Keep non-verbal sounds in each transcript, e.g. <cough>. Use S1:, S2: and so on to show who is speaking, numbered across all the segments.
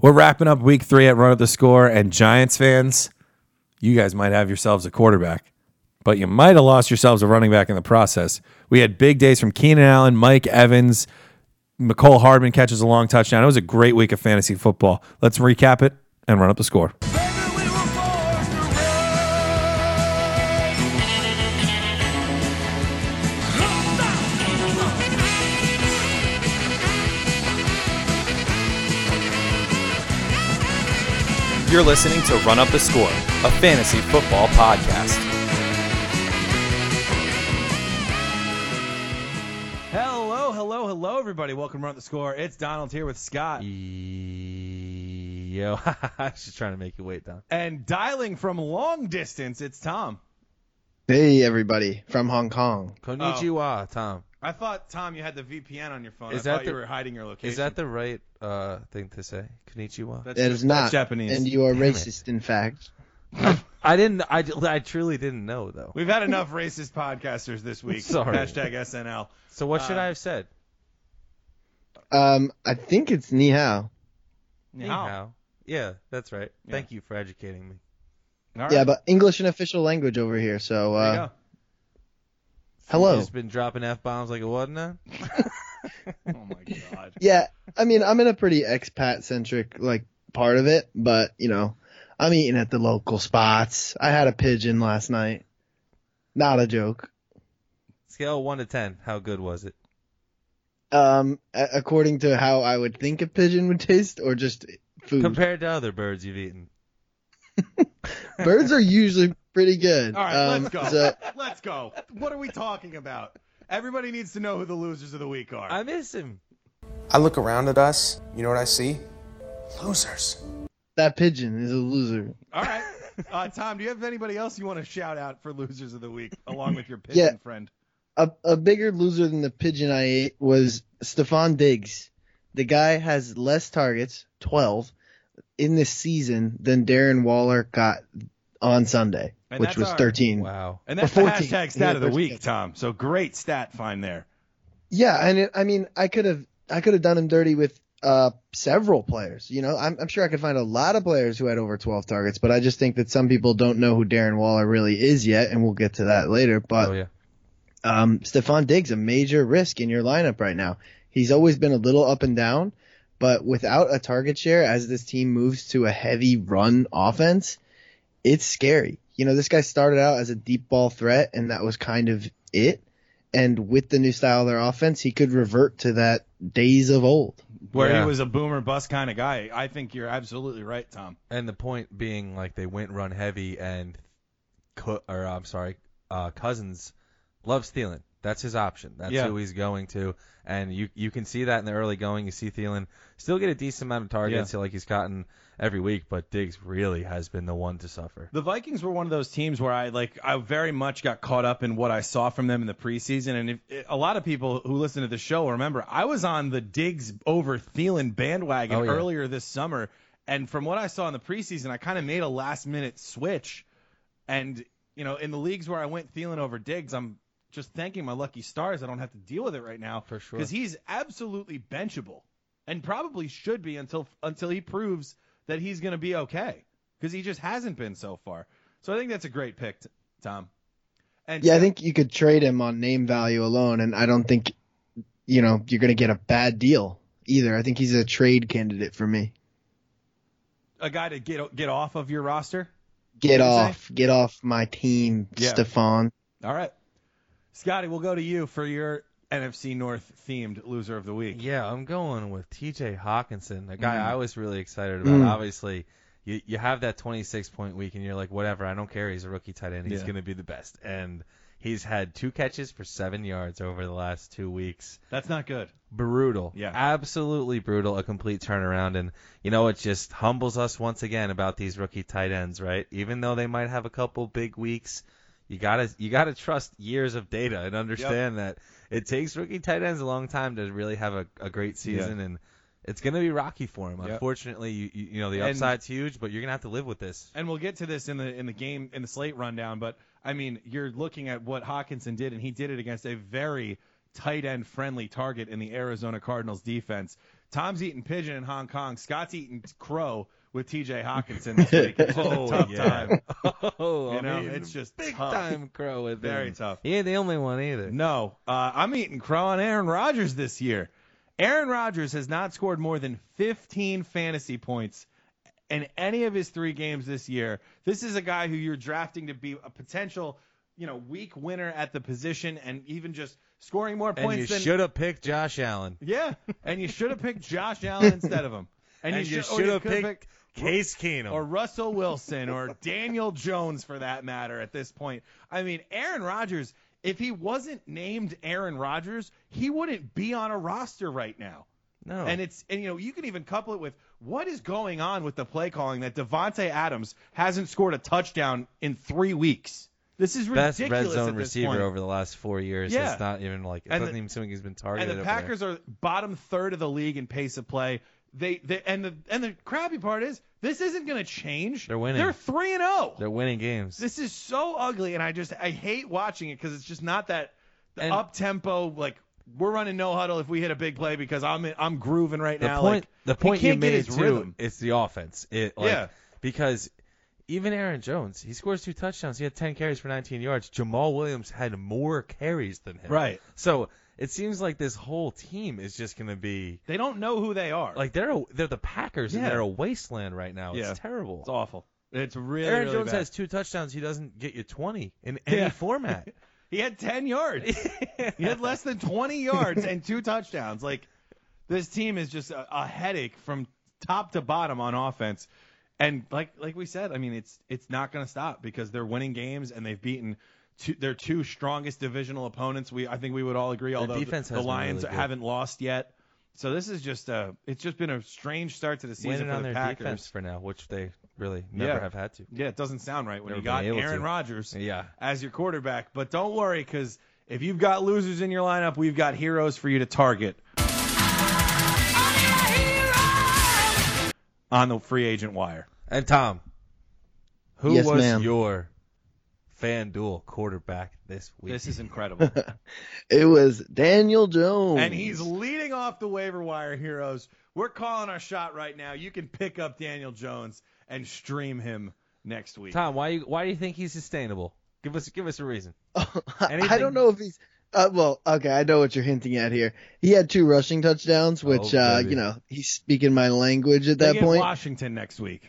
S1: We're wrapping up week three at Run at the Score, and Giants fans, you guys might have yourselves a quarterback, but you might have lost yourselves a running back in the process. We had big days from Keenan Allen, Mike Evans, McCole Hardman catches a long touchdown. It was a great week of fantasy football. Let's recap it and run up the score.
S2: You're listening to Run Up the Score, a fantasy football podcast.
S1: Hello, hello, hello, everybody. Welcome to Run Up the Score. It's Donald here with Scott.
S3: Yo, <laughs> I was just trying to make you wait, Don.
S1: And dialing from long distance, it's Tom.
S4: Hey, everybody from Hong Kong.
S3: Konnichiwa, Tom.
S1: Oh. I thought, Tom, you had the VPN on your phone.
S3: Is
S1: I
S3: that
S1: thought you
S3: the-
S1: were hiding your location.
S3: Is that the right uh, thing to say? Konnichiwa.
S1: That's
S4: That
S1: just-
S4: is not
S1: that's Japanese.
S4: And you are
S3: Damn it.
S4: racist, in fact.
S3: I didn't. I, I truly didn't know though.
S1: We've had enough racist podcasters this week.
S3: <laughs> Sorry.
S1: Hashtag SNL.
S3: So what should
S1: Uh,
S3: I have said?
S4: Um, I think it's Ni Hao.
S3: Ni
S1: Ni hao.
S3: hao. Yeah, that's right.
S1: Yeah.
S3: Thank you for educating me.
S1: All right.
S4: Yeah, but English an official language over here, so
S1: There you
S4: uh,
S1: go.
S3: You
S4: hello.
S3: just been dropping f bombs like it wasn't none.
S1: Oh my god.
S4: Yeah, I mean, I'm in a pretty expat centric like part of it, but you know, I'm eating at the local spots. I had a pigeon last night. Not a joke.
S3: Scale one to ten. How good was it?
S4: Um, a- according to how I would think a pigeon would taste, or just food.
S3: Compared to other birds you've eaten.
S4: Birds are usually pretty
S1: <laughs>
S4: good.
S1: All right,
S4: um,
S1: let's go.
S4: so-
S1: Let's go. What are we talking about? Everybody needs to know who the losers of the week are.
S3: I miss him.
S5: I look around at us, you know what I see? Losers.
S4: that pigeon is a loser.
S1: All right. Uh, Tom, do you have anybody else you want to shout out for losers of the week along with your pigeon
S4: Yeah.
S1: friend?
S4: a, a bigger loser than the pigeon I ate was Stephon Diggs. The guy has less targets, 12, in this season than Darren Waller got on Sunday,
S1: And
S4: which
S1: that's
S4: was
S1: our-
S4: 13.
S3: Wow.
S1: And that's
S4: Or
S1: the
S4: 14.
S1: hashtag stat
S4: Yeah,
S1: of the
S4: 14.
S1: week, Tom. So great stat find there.
S4: Yeah, and it, I mean, I could have I could have done him dirty with uh several players. You know, I'm, I'm sure I could find a lot of players who had over 12 targets, but I just think that some people don't know who Darren Waller really is yet, and we'll get to that later. But
S3: Oh yeah.
S4: um, Stephon Diggs a major risk in your lineup right now. He's always been a little up and down, but without a target share as this team moves to a heavy run offense, it's scary. You know, this guy started out as a deep ball threat, and that was kind of it. And with the new style of their offense, he could revert to that days of old.
S1: Where
S3: Yeah.
S1: he was a boomer bust kind of guy. I think you're absolutely right, Tom.
S3: And the point being, like they went run heavy, and co- or I'm sorry, uh, Cousins loves Thielen. That's his option. That's
S1: Yeah.
S3: who he's going to, and you you can see that in the early going. You see Thielen still get a decent amount of targets, like he's gotten every week, but Diggs really has been the one to suffer.
S1: The Vikings were one of those teams where I like I very much got caught up in what I saw from them in the preseason, and if, a lot of people who listen to the show remember I was on the Diggs over Thielen bandwagon
S3: Oh, yeah.
S1: earlier this summer, and from what I saw in the preseason, I kind of made a last minute switch, and you know in the leagues where I went Thielen over Diggs, I'm just thanking my lucky stars I don't have to deal with it right now
S3: For sure.
S1: because he's absolutely benchable and probably should be until until he proves that he's going to be okay because he just hasn't been so far. So I think that's a great pick, t- Tom. And
S4: Yeah, I think you could trade him on name value alone, and I don't think, you know, you're going to get a bad deal either. I think he's a trade candidate for me.
S1: a guy to get get off of your roster.
S4: Get
S1: What'd you say?
S4: off, get off my team,
S1: Yeah.
S4: Stefan.
S1: All right, Scotty, we'll go to you for your NFC North themed loser of the week.
S3: Yeah, I'm going with T.J. Hawkinson, a guy
S1: Mm.
S3: I was really excited about.
S4: Mm.
S3: Obviously, you you have that 26 point week, and you're like, whatever, I don't care. He's a rookie tight end. He's
S1: Yeah.
S3: going to be the best. And he's had two catches for seven yards over the last two weeks.
S1: That's not good.
S3: Brutal.
S1: Yeah.
S3: Absolutely brutal. A complete turnaround. And, you know, it just humbles us once again about these rookie tight ends, right? Even though they might have a couple big weeks, you gotta you gotta trust years of data and understand that it takes rookie tight ends a long time to really have a, a great season and it's gonna be rocky for him.
S1: Yep.
S3: Unfortunately, you you you know the
S1: And-
S3: upside's huge, but you're gonna have to live
S1: <laughs>
S3: with this.
S1: And we'll get to this in the in the game in the slate rundown, but I mean, you're looking at what Hawkinson did, and he did it against a very tight end friendly target in the Arizona Cardinals defense. Tom's eating pigeon in Hong Kong. Scott's eating crow with T.J. Hawkinson this
S4: <laughs>
S1: week. It's just a tough time.
S3: Oh,
S1: You know,
S3: I'm eating
S1: it's just
S3: big
S1: tough.
S3: time crow with
S1: Very
S3: him.
S1: tough.
S3: He ain't the only one either.
S1: No, uh, I'm eating crow on Aaron Rodgers this year. Aaron Rodgers has not scored more than 15 fantasy points in any of his three games this year. This is a guy who you're drafting to be a potential, you know, weak winner at the position, and even just scoring more
S3: and you
S1: points than
S3: should have picked Josh Allen.
S1: yeah. And you should have picked Josh Allen instead of him.
S3: <laughs> And, you,
S1: shou- or
S3: should have
S1: oh, could've
S3: picked Case Keenum.
S1: or Russell Wilson or Daniel Jones for that matter at this point. I mean, Aaron Rodgers, if he wasn't named Aaron Rodgers, he wouldn't be on a roster right now.
S3: no.
S1: And it's and you know, you can even couple it with what is going on with the play calling that Devonte Adams hasn't scored a touchdown in 3 weeks. This is ridiculous
S3: best red
S1: at
S3: zone
S1: this
S3: receiver
S1: point.
S3: over the last four years.
S1: Yeah.
S3: It's not even like it
S1: And
S3: doesn't
S1: the-
S3: even seem like he's been targeted.
S1: and the
S3: over there.
S1: Packers are bottom third of the league in pace of play. They, they and the and the crappy part is this isn't going to change.
S3: They're winning.
S1: They're three and oh. zero.
S3: they're winning games.
S1: This is so ugly, and I just I hate watching it because it's just not that the
S3: And-
S1: up tempo like. We're running no huddle if we hit a big play because I'm in, I'm grooving right
S3: the
S1: now.
S3: point
S1: like,
S3: the
S1: he
S3: point you
S1: can't get
S3: made
S1: his
S3: too
S1: rhythm.
S3: is the offense. It like
S1: Yeah.
S3: because even Aaron Jones, he scores two touchdowns. He had 10 carries for 19 yards. Jamal Williams had more carries than him.
S1: Right.
S3: So it seems like this whole team is just going to be
S1: They don't know who they are.
S3: like they're a, they're the Packers
S1: Yeah.
S3: and they're a wasteland right now.
S1: Yeah.
S3: It's terrible.
S1: it's awful. It's really
S3: Aaron
S1: really
S3: Jones
S1: bad.
S3: has two touchdowns. He doesn't get you 20 in
S1: <laughs>
S3: any
S1: Yeah.
S3: format.
S1: He had 10
S3: <laughs>
S1: yards. he had less than 20 yards and two touchdowns. Like this team is just a, a headache from top to bottom on offense. And like like we said, I mean it's it's not going to stop because they're winning games and they've beaten two, their two strongest divisional opponents. We I think we would all agree although the-
S3: defense
S1: the,
S3: has been
S1: Lions
S3: really good.
S1: haven't lost yet. So this is just a it's just been a strange start to the season
S3: Winning
S1: for
S3: on
S1: the
S3: their
S1: Packers.
S3: defense for now, which they really never
S1: Yeah.
S3: have had to.
S1: Yeah, it doesn't sound right when
S3: Never
S1: you got
S3: been able
S1: Aaron
S3: to.
S1: Rodgers
S3: Yeah.
S1: as your quarterback. But don't worry, because if you've got losers in your lineup, we've got heroes for you to target on the free agent wire.
S3: And Tom, who
S4: Yes,
S3: was
S4: ma'am.
S3: your FanDuel quarterback this week?
S1: This is incredible.
S4: It was Daniel
S1: <laughs>
S4: Jones.
S1: and he's leading off the waiver wire heroes. We're calling our shot right now. You can pick up Daniel Jones and stream him next week.
S3: Tom. Why you, why do you think he's sustainable? Give us give us a reason.
S4: <laughs> I don't know if he's. Uh, well, okay, I know what you're hinting at here. He had two rushing touchdowns, which
S3: Oh,
S4: uh,
S3: baby.
S4: you know he's speaking my language at
S1: They
S4: that
S1: get
S4: point.
S1: Washington next week.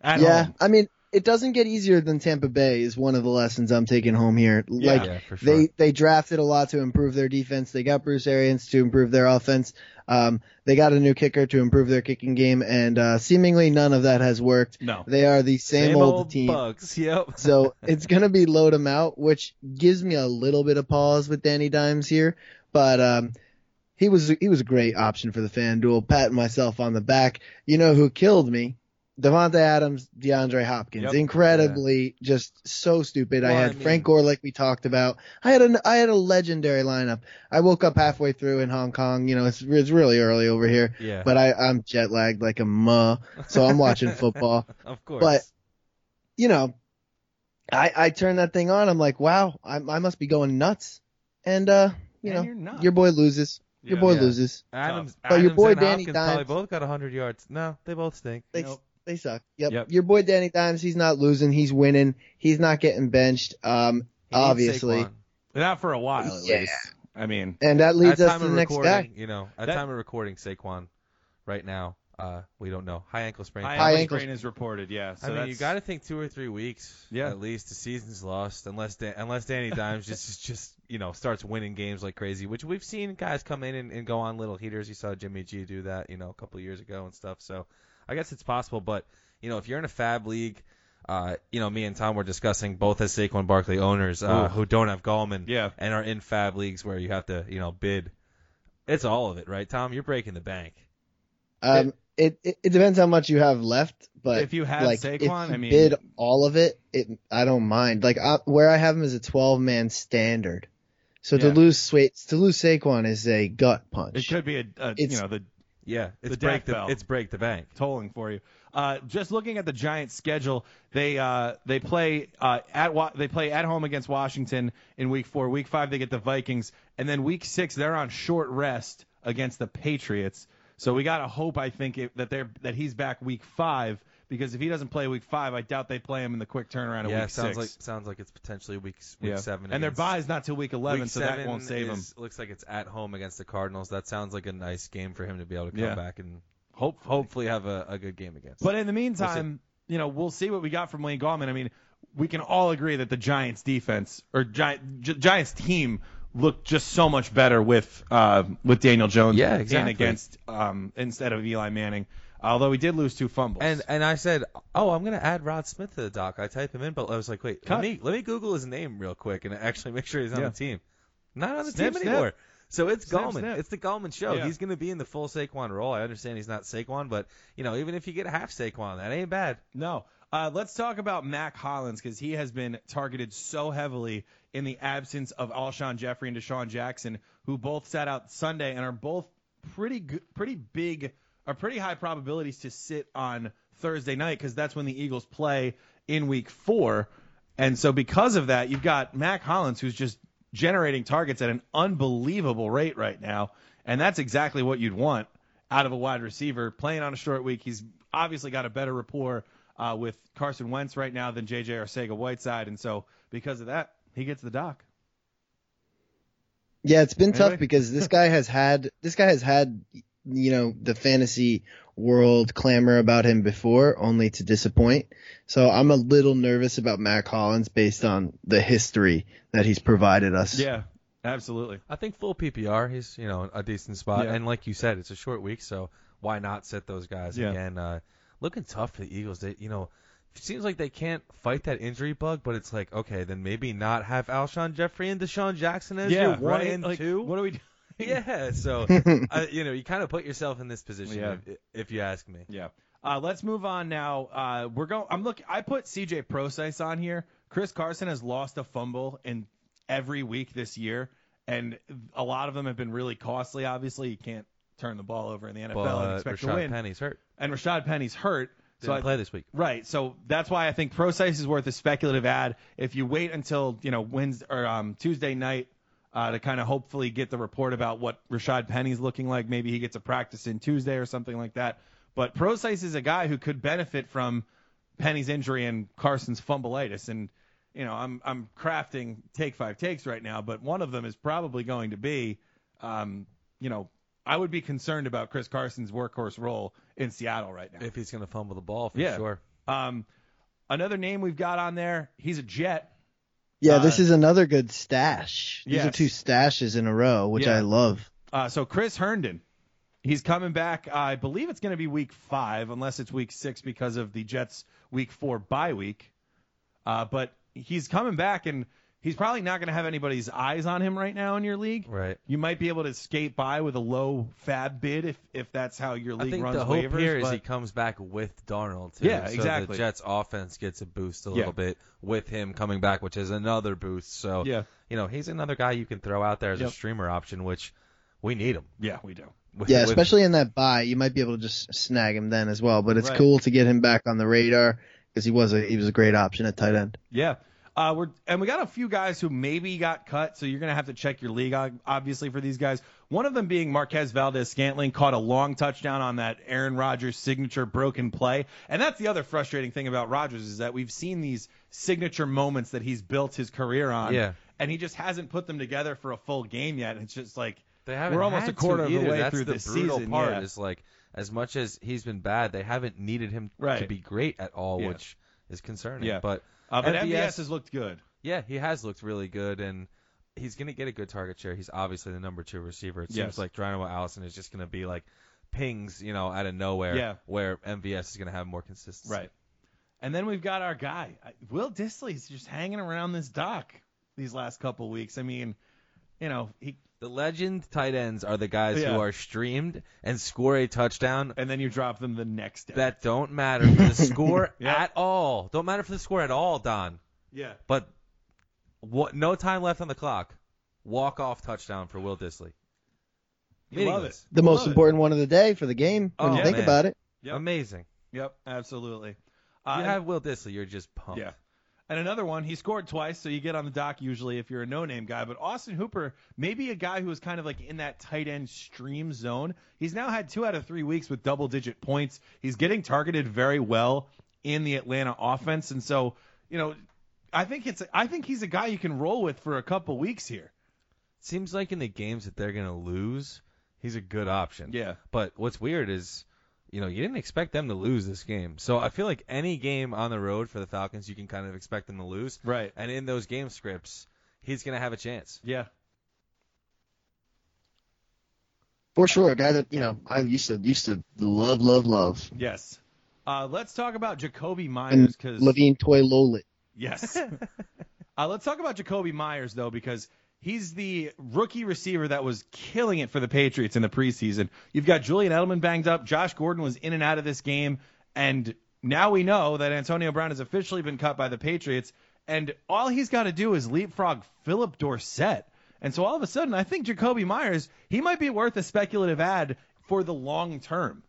S1: At
S4: yeah,
S1: home.
S4: I mean it doesn't get easier than Tampa Bay is one of the lessons I'm taking home here. like
S3: Yeah, for sure.
S4: they they drafted a lot to improve their defense. They got Bruce Arians to improve their offense. Um, they got a new kicker to improve their kicking game, and uh, seemingly none of that has worked.
S1: No.
S4: they are the same, old, team.
S3: Bucks.
S4: <laughs>
S3: Yep.
S4: So it's going to be load him out, which gives me a little bit of pause with Danny Dimes here, but um, he was he was a great option for the FanDuel. Patting myself on the back. You know who killed me? Devontae Adams, DeAndre Hopkins.
S1: Yep.
S4: Incredibly, just so stupid. I
S3: Well,
S4: had
S3: I mean-
S4: Frank Gore, like we talked about. I had an I had a legendary lineup. I woke up halfway through in Hong Kong. You know, it's it's really early over here.
S3: Yeah.
S4: But I, I'm jet lagged like a muh, so I'm
S3: <laughs>
S4: watching football
S3: Of course.
S4: but you know, I I turn that thing on. I'm like, wow, I, I must be going nuts. And uh, you
S1: And
S4: know,
S1: you're not.
S4: your boy loses. Your
S1: Yeah.
S4: boy
S3: Yeah.
S4: loses.
S3: Adams,
S4: But your
S3: Adams
S4: boy
S3: and
S4: Danny
S3: Hopkins
S4: Dimes-
S3: probably both got 100 yards. No, they both stink.
S4: They
S1: Nope.
S4: they suck. Yep.
S1: Yep.
S4: Your boy Danny Dimes. He's not losing. He's winning. He's not getting benched. Um,
S3: He needs
S4: obviously.
S3: Saquon.
S1: Not for a while, at
S4: Yeah.
S1: least. I mean,
S4: And that
S3: At
S4: leads us
S3: time
S4: to
S3: of
S4: the next
S3: recording,
S4: guy.
S3: you know, at
S1: That-
S3: time of recording, Saquon, right now, uh, we don't know. High ankle sprain.
S1: high,
S4: High
S1: ankle
S4: ankle-
S1: sprain is reported. Yeah. So
S3: I mean, you
S1: that's-
S3: got to think two or three weeks.
S1: Yeah.
S3: At least the season's lost, unless Dan- unless
S1: <laughs>
S3: Danny Dimes just just- just you know starts winning games like crazy, which we've seen guys come in and, and go on little heaters. You saw Jimmy G do that, you know, a couple years ago and stuff. So I guess it's possible, but you know, if you're in a fab league. Uh, you know, me and Tom were discussing both as Saquon Barkley owners uh,
S1: Oof.
S3: who don't have Gallman
S1: Yeah.
S3: and are in fab leagues where you have to, you know, bid. It's all of it, right, Tom? You're breaking the bank.
S4: Um, it, it it depends how much you have left, but
S1: If you have
S4: like,
S1: Saquon,
S4: if you
S1: I mean-
S4: bid all of it, it I don't mind. Like I, where I have him is a 12 man standard, so to
S1: Yeah.
S4: lose Swa- to lose Saquon is a gut punch.
S1: It could be a, a you
S4: It's-
S1: know the
S3: Yeah, it's
S1: The
S3: break
S1: death
S3: the
S1: bell.
S3: it's break the bank.
S1: tolling for you. Uh, just looking at the Giants' schedule, they uh, they play uh, at wa- they play at home against Washington in Week Four. Week Five they get the Vikings, and then Week Six they're on short rest against the Patriots. So we got to hope, I think, it, that they're that he's back week five because if he doesn't play week five, I doubt they play him in the quick turnaround of
S3: yeah,
S1: week
S3: sounds
S1: six.
S3: like sounds like it's potentially week s- week
S1: Yeah.
S3: seven.
S1: and their
S3: against-
S1: bye is not till week eleven,
S3: week
S1: so
S3: seven
S1: that won't save him.
S3: is- Looks like it's at home against the Cardinals. That sounds like a nice game for him to be able to come
S1: Yeah.
S3: back and hope hopefully have a, a good game against.
S1: But in the meantime, you know, we'll see what we got from Wayne Gallman. I mean, we can all agree that the Giants defense or Gi- Gi- Giants team looked just so much better with uh, with Daniel Jones
S3: Yeah,
S1: in
S3: exactly.
S1: against um, instead of Eli Manning. Although he did lose two fumbles.
S3: and and I said, oh, I'm gonna add Rod Smith to the doc. I type him in, but I was like, wait,
S1: Cut.
S3: let me let me Google his name real quick and actually <laughs> make sure he's on
S1: Yeah.
S3: the team. Not on the
S1: Snip,
S3: team
S1: snip.
S3: anymore. So it's
S1: Snip,
S3: Gallman.
S1: snip.
S3: It's the Gallman show.
S1: Yeah.
S3: He's gonna be in the full Saquon role. I understand he's not Saquon, but you know, even if you get half Saquon, that ain't bad.
S1: No. Uh, let's talk about Mac Hollins because he has been targeted so heavily in the absence of Alshon Jeffrey and Deshaun Jackson, who both sat out Sunday and are both pretty good, pretty big, are pretty high probabilities to sit on Thursday night because that's when the Eagles play in Week Four. And so because of that, you've got Mac Hollins who's just generating targets at an unbelievable rate right now, and that's exactly what you'd want out of a wide receiver playing on a short week. He's obviously got a better rapport uh, with Carson Wentz right now than JJ or Sega Whiteside, and so because of that, he gets the dock.
S4: Yeah, it's been
S1: Anyway.
S4: tough because this guy has had this guy has had you know the fantasy world clamor about him before, only to disappoint. So I'm a little nervous about Mac Hollins based on the history that he's provided us.
S1: Yeah, absolutely.
S3: I think full PPR, he's you know a decent spot,
S1: Yeah.
S3: and like you said, it's a short week, so why not sit those guys
S1: Yeah.
S3: again? Uh, looking tough for the Eagles. They, you know, it seems like they can't fight that injury bug, but it's like okay, then maybe not have Alshon Jeffrey and Deshaun Jackson as your one
S1: right?
S3: and
S1: Like, <laughs>
S3: two.
S1: What do we? Do?
S3: yeah,
S1: <laughs>
S3: so uh, you know you kind of put yourself in this position
S1: Yeah.
S3: if, if you ask me.
S1: Yeah. Uh, let's move on now. Uh, we're going. I'm looking. I put CJ Process on here. Chris Carson has lost a fumble in every week this year, and a lot of them have been really costly. Obviously, you can't turn the ball over in the NFL and
S3: But
S1: expect
S3: Rashad
S1: to win.
S3: Penny's hurt.
S1: And Rashad Penny's hurt, so
S3: Didn't
S1: I,
S3: play this week.
S1: Right. So that's why I think Procyse is worth a speculative ad. If you wait until you know Wednesday or um, Tuesday night uh, to kind of hopefully get the report about what Rashad Penny's looking like, maybe he gets a practice in Tuesday or something like that. But Procyse is a guy who could benefit from Penny's injury and Carson's fumbleitis. And you know, I'm I'm crafting take five takes right now, but one of them is probably going to be, um, you know, I would be concerned about Chris Carson's workhorse role in Seattle right now.
S3: If he's gonna fumble the ball for
S1: Yeah.
S3: sure.
S1: Um, another name we've got on there, he's a Jet.
S4: Yeah,
S1: Uh,
S4: this is another good stash. These are
S1: yes.
S4: two stashes in a row, which
S1: Yeah.
S4: I love.
S1: Uh, so Chris Herndon, he's coming back. I believe it's going to be week five, unless it's week six because of the Jets' week four bye week. Uh, but he's coming back, and he's probably not going to have anybody's eyes on him right now in your league.
S3: Right.
S1: You might be able to skate by with a low fab bid if if that's how your
S3: I
S1: league
S3: think
S1: runs
S3: the hope
S1: waivers.
S3: here is
S1: but-
S3: he comes back with Darnold too.
S1: Yeah,
S3: so
S1: exactly.
S3: The Jets offense gets a boost a
S1: Yeah.
S3: little bit with him coming back, which is another boost. So
S1: Yeah.
S3: you know, he's another guy you can throw out there as
S1: Yep.
S3: a streamer option, which we need him. <laughs>
S1: yeah, we do.
S3: With-
S4: Yeah,
S3: with-
S4: especially in that buy, you might be able to just snag him then as well. But it's
S1: Right.
S4: cool to get him back on the radar because he was a he was a great option at tight end.
S1: Yeah. Uh, we're and we got a few guys who maybe got cut, so you're gonna have to check your league ob- obviously for these guys. One of them being Marquez Valdez Scantling caught a long touchdown on that Aaron Rodgers signature broken play, and that's the other frustrating thing about Rodgers is that we've seen these signature moments that he's built his career on,
S3: Yeah.
S1: and he just hasn't put them together for a full game yet. And it's just like
S3: They haven't
S1: we're almost
S3: had
S1: a quarter
S3: to
S1: of the
S3: either.
S1: way
S3: That's
S1: through
S3: the
S1: this
S3: brutal
S1: season.
S3: part
S1: yeah.
S3: is like as much as he's been bad, they haven't needed him to
S1: Right.
S3: be great at all,
S1: Yeah.
S3: which is concerning.
S1: Yeah.
S3: But
S1: Uh, but
S3: MVS
S1: MBS has looked good.
S3: Yeah, he has looked really good, and he's going to get a good target share. He's obviously the number two receiver. It
S1: Yes.
S3: seems like Geronimo Allison is just going to be like pings, you know, out of nowhere.
S1: Yeah.
S3: Where MVS is going to have more consistency.
S1: Right. And then we've got our guy, I- Will Disley's just hanging around this dock these last couple weeks. I mean, you know, he
S3: The legend tight ends are the guys
S1: Yeah.
S3: who are streamed and score a touchdown
S1: and then you drop them the next day.
S3: that don't matter for the score
S1: <laughs> Yeah.
S3: at all. Don't matter for the score at all, Don.
S1: yeah.
S3: But what? No time left on the clock. Walk off touchdown for Will Disley.
S1: You love
S3: Meaningless.
S4: The
S1: Love
S4: most
S1: it.
S4: important one of the day for the game when
S3: Oh,
S4: you think
S3: man.
S4: about it.
S1: Yep.
S3: Amazing.
S1: Yep, absolutely.
S3: You
S1: Uh,
S3: have Will Disley, you're just pumped.
S1: yeah. And another one, he scored twice, so you get on the dock usually if you're a no-name guy. But Austin Hooper, maybe a guy who was kind of like in that tight end stream zone. He's now had two out of three weeks with double-digit points. He's getting targeted very well in the Atlanta offense, and so you know, I think it's I think he's a guy you can roll with for a couple weeks here.
S3: Seems like in the games that they're gonna lose, he's a good option.
S1: Yeah.
S3: But what's weird is, you know, you didn't expect them to lose this game. So I feel like any game on the road for the Falcons, you can kind of expect them to lose.
S1: Right.
S3: And in those game scripts, he's gonna have a chance.
S1: Yeah.
S4: For sure, a guy that you know I used to used to love, love, love.
S1: Yes. Uh, let's talk about Jacoby
S4: And
S1: Myers because
S4: Levine Toy Lolit.
S1: Yes. uh, let's talk about Jacoby Myers though, because he's the rookie receiver that was killing it for the Patriots in the preseason. You've got Julian Edelman banged up. Josh Gordon was in and out of this game, and now we know that Antonio Brown has officially been cut by the Patriots, and all he's got to do is leapfrog Philip Dorsett. And so all of a sudden, I think Jacoby Myers he might be worth a speculative ad for the long term.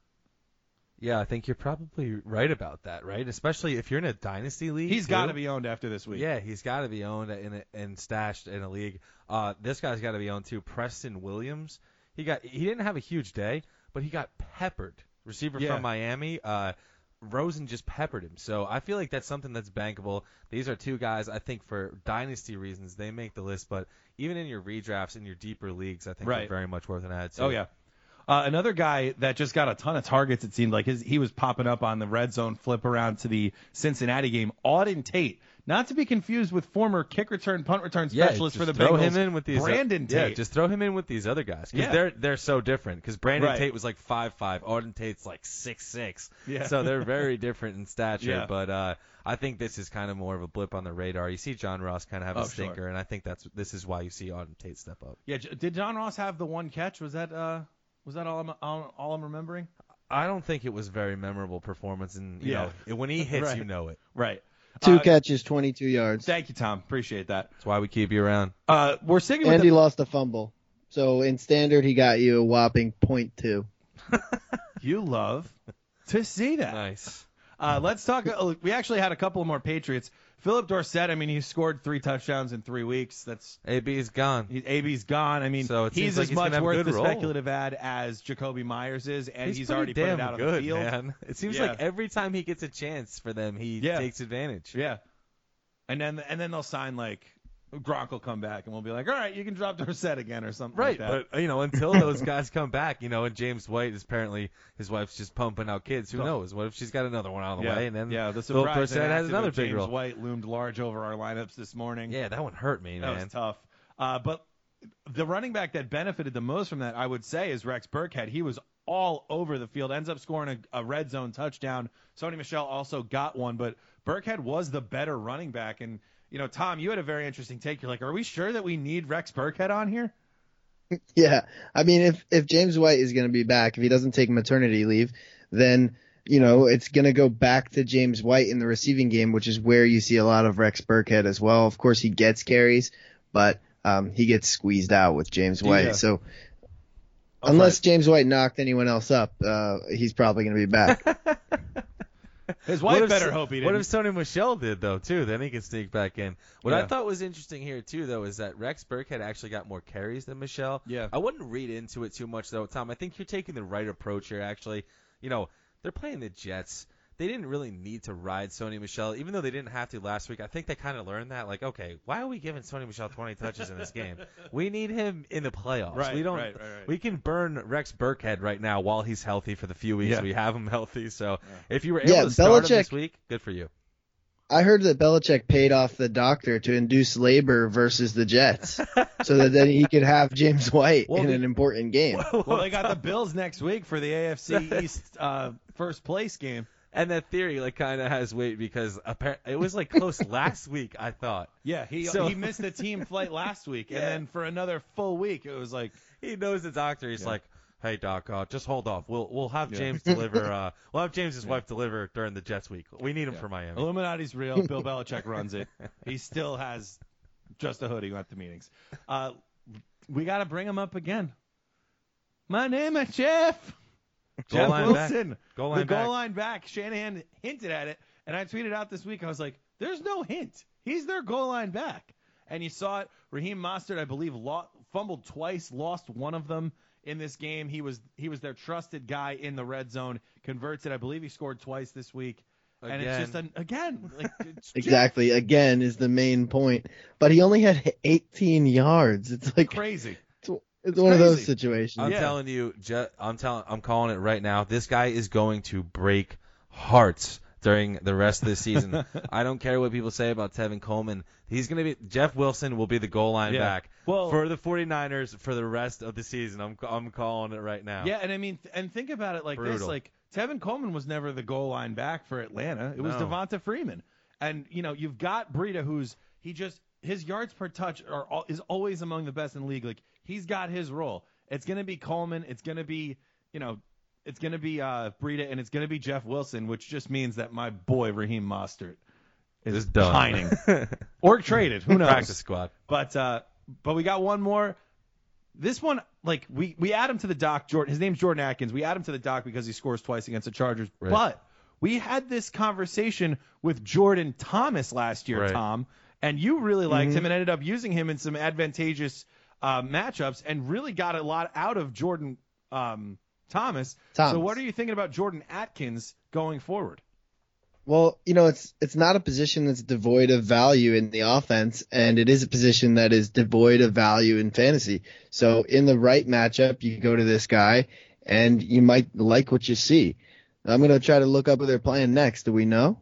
S3: Yeah, I think you're probably right about that, right? Especially if you're in a dynasty league.
S1: He's got to
S3: too.
S1: be owned after this week.
S3: Yeah, he's got to be owned in a, and stashed in a league. Uh, this guy's got to be owned too. Preston Williams. He got he didn't have a huge day, but he got peppered. Receiver
S1: Yeah.
S3: from Miami. Uh, Rosen just peppered him. So I feel like that's something that's bankable. These are two guys I think for dynasty reasons they make the list, but even in your redrafts in your deeper leagues, I think
S1: Right.
S3: they're very much worth an ad. too.
S1: Oh yeah. Uh, another guy that just got a ton of targets. It seemed like his he was popping up on the red zone flip around to the Cincinnati game. Auden Tate, not to be confused with former kick return punt return
S3: Yeah,
S1: specialist
S3: just
S1: for the
S3: throw
S1: Bengals.
S3: him in with these uh,
S1: Brandon Tate.
S3: Yeah, just throw him in with these other guys because
S1: Yeah.
S3: they're they're so different. Because Brandon
S1: Right.
S3: Tate was like five five, Auden Tate's like six six.
S1: Yeah. <laughs>
S3: So they're very different in stature.
S1: Yeah.
S3: But uh, I think this is kind of more of a blip on the radar. You see John Ross kind of have
S1: Oh,
S3: a
S1: sure.
S3: stinker, and I think that's this is why you see Auden Tate step up.
S1: yeah. J- Did John Ross have the one catch? Was that uh was that all I'm all, all I'm remembering?
S3: I don't think it was a very memorable performance, and you
S1: Yeah.
S3: know when <laughs> he hits,
S1: Right.
S3: you know it.
S1: Right.
S4: Two
S1: Uh,
S4: catches, 22 yards.
S1: Thank you, Tom. Appreciate that.
S3: That's why we keep you around.
S1: Uh, we're sticking with
S4: And
S1: the-
S4: he lost a fumble. So in standard, he got you a whopping point two.
S1: you love to see that.
S3: Nice.
S1: Uh, let's talk. uh, We actually had a couple more Patriots. Philip Dorsett. I mean, he scored three touchdowns in three weeks. That's
S3: AB is gone.
S1: He- AB's gone. I mean,
S3: So it
S1: he's
S3: seems like
S1: as
S3: he's
S1: much
S3: gonna have a
S1: worth
S3: good
S1: the
S3: role.
S1: speculative ad as Jacoby Myers is, and he's,
S3: pretty
S1: already put
S3: damn
S1: it out
S3: good,
S1: on the field.
S3: Man. It seems
S1: Yeah.
S3: like every time he gets a chance for them, he
S1: Yeah.
S3: takes advantage.
S1: Yeah, and then and then they'll sign like Gronk will come back, and we'll be like, all right, you can drop <laughs> Dorsett again or something.
S3: Right,
S1: like that.
S3: but you
S1: <laughs>
S3: know, until those guys come back, you know, and James White is apparently his wife's just pumping out kids. Who
S1: Oh.
S3: knows? What if she's got another one out of the
S1: yeah,
S3: way, and then
S1: yeah, the
S3: Phil
S1: surprise
S3: Dorsett
S1: that
S3: has
S1: happened
S3: another
S1: with
S3: big
S1: James
S3: role.
S1: White loomed large over our lineups this morning.
S3: Yeah, that one hurt me,
S1: That
S3: man.
S1: was tough. Uh, but the running back that benefited the most from that, I would say, is Rex Burkhead. He was all over the field, ends up scoring a, a red zone touchdown. Sony Michelle also got one, but Burkhead was the better running back. And, you know, Tom, you had a very interesting take. You're like, are we sure that we need Rex Burkhead on here?
S4: Yeah, I mean, if if James White is going to be back, if he doesn't take maternity leave, then you know it's going to go back to James White in the receiving game, which is where you see a lot of Rex Burkhead as well. Of course, he gets carries, but um, he gets squeezed out with James White.
S1: Yeah.
S4: So unless James White knocked anyone else up, uh, he's probably going to be back.
S1: His wife
S3: if
S1: better
S3: so-
S1: hope he
S3: What
S1: didn't.
S3: if Sony Michelle did though too? Then he can sneak back in. What
S1: Yeah.
S3: I thought was interesting here too though is that Rex Burkhead actually got more carries than Michelle.
S1: Yeah.
S3: I wouldn't read into it too much though, Tom. I think you're taking the right approach here. Actually, you know they're playing the Jets. They didn't really need to ride Sony Michelle, even though they didn't have to last week. I think they kind of learned that. Like, okay, why are we giving Sony Michelle 20 touches in
S1: <laughs>
S3: this game? We need him in the playoffs.
S1: Right,
S3: we don't.
S1: right, right, right.
S3: We can burn Rex Burkhead right now while he's healthy for the few weeks
S1: Yeah.
S3: we have him healthy. So if you were
S4: Yeah,
S3: able to start him
S4: Belichick-
S3: this week, good
S1: <laughs>
S3: for you.
S4: I heard that Belichick paid off the doctor to induce labor versus the Jets, so that then he could have James White
S3: Well,
S4: in
S3: the-
S4: an important game.
S1: well, they got the Bills next week for the AFC East uh, first place game.
S3: <laughs> And that theory like kind of has weight because appar- it was
S1: <laughs>
S3: like close last week. I thought
S1: Yeah, he
S3: So-
S1: he missed a team flight last week, and
S3: Yeah.
S1: then for another full week, it was like
S3: he knows the doctor. He's like, "Hey doc, uh, just hold off. We'll we'll have
S1: <laughs>
S3: James deliver. Uh, we'll have James's wife deliver during the Jets week. We need him for Miami."
S1: Illuminati's real. Bill Belichick runs it. He still has just a hoodie at the meetings. Uh, we got to bring him up again. My name is Jeff.
S3: Goal
S1: Jeff
S3: line back.
S1: Wilson.
S3: Goal
S1: the
S3: line
S1: goal
S3: back.
S1: line back. Shanahan hinted at it, and I tweeted out this week. I was like, "There's no hint. He's their goal line back. And you saw it. Raheem Mostert, I believe, lo- fumbled twice, lost one of them in this game. He was he was their trusted guy in the red zone. Converts it. I believe he scored twice this week. And it's
S3: Again.
S1: just an again. Like,
S4: <laughs>
S1: it's
S4: Exactly. Again, is the main point. But he only had 18 yards. It's like
S1: just crazy.
S4: it's one of those
S1: crazy.
S4: situations.
S3: I'm
S1: Yeah.
S3: telling you, ju- I'm telling, I'm calling it right now. This guy is going to break hearts during the rest of
S1: <laughs>
S3: the season. I don't care what people say about Tevin Coleman. He's going to be Jeff Wilson will be the goal line
S1: Yeah.
S3: back
S1: Well-
S3: for the 49ers for the rest of the season. I'm I'm calling it right now.
S1: Yeah, and I mean, th- and think about it like this:
S3: Brutal.
S1: like Tevin Coleman was never the goal line back for Atlanta. It was
S3: No.
S1: Devonta Freeman, and you know you've got Breida, who's he just his yards per touch are al- is always among the best in the league. Like he's got his role. It's gonna be Coleman. It's gonna be you know. It's gonna be uh, Breida and it's gonna be Jeff Wilson, which just means that my boy Raheem Mostert is
S3: Just done. <laughs>
S1: pining or traded. Who knows?
S3: Practice squad.
S1: But uh, but we got one more. This one, like we we add him to the dock. Jordan, his name's Jordan Atkins. We add him to the dock because he scores twice against the Chargers. But we had this conversation with Jordan Thomas last year,
S3: Right.
S1: Tom, and you really liked
S4: Mm-hmm.
S1: him and ended up using him in some advantageous uh, matchups and really got a lot out of Jordan um, Thomas. So
S4: Thomas.
S1: what are you thinking about Jordan Atkins going forward?
S4: Well, you know, it's it's not a position that's devoid of value in the offense, and it is a position that is devoid of value in fantasy. So in the right matchup, you go to this guy, and you might like what you see. I'm gonna try to look up who they're playing next. Do we know?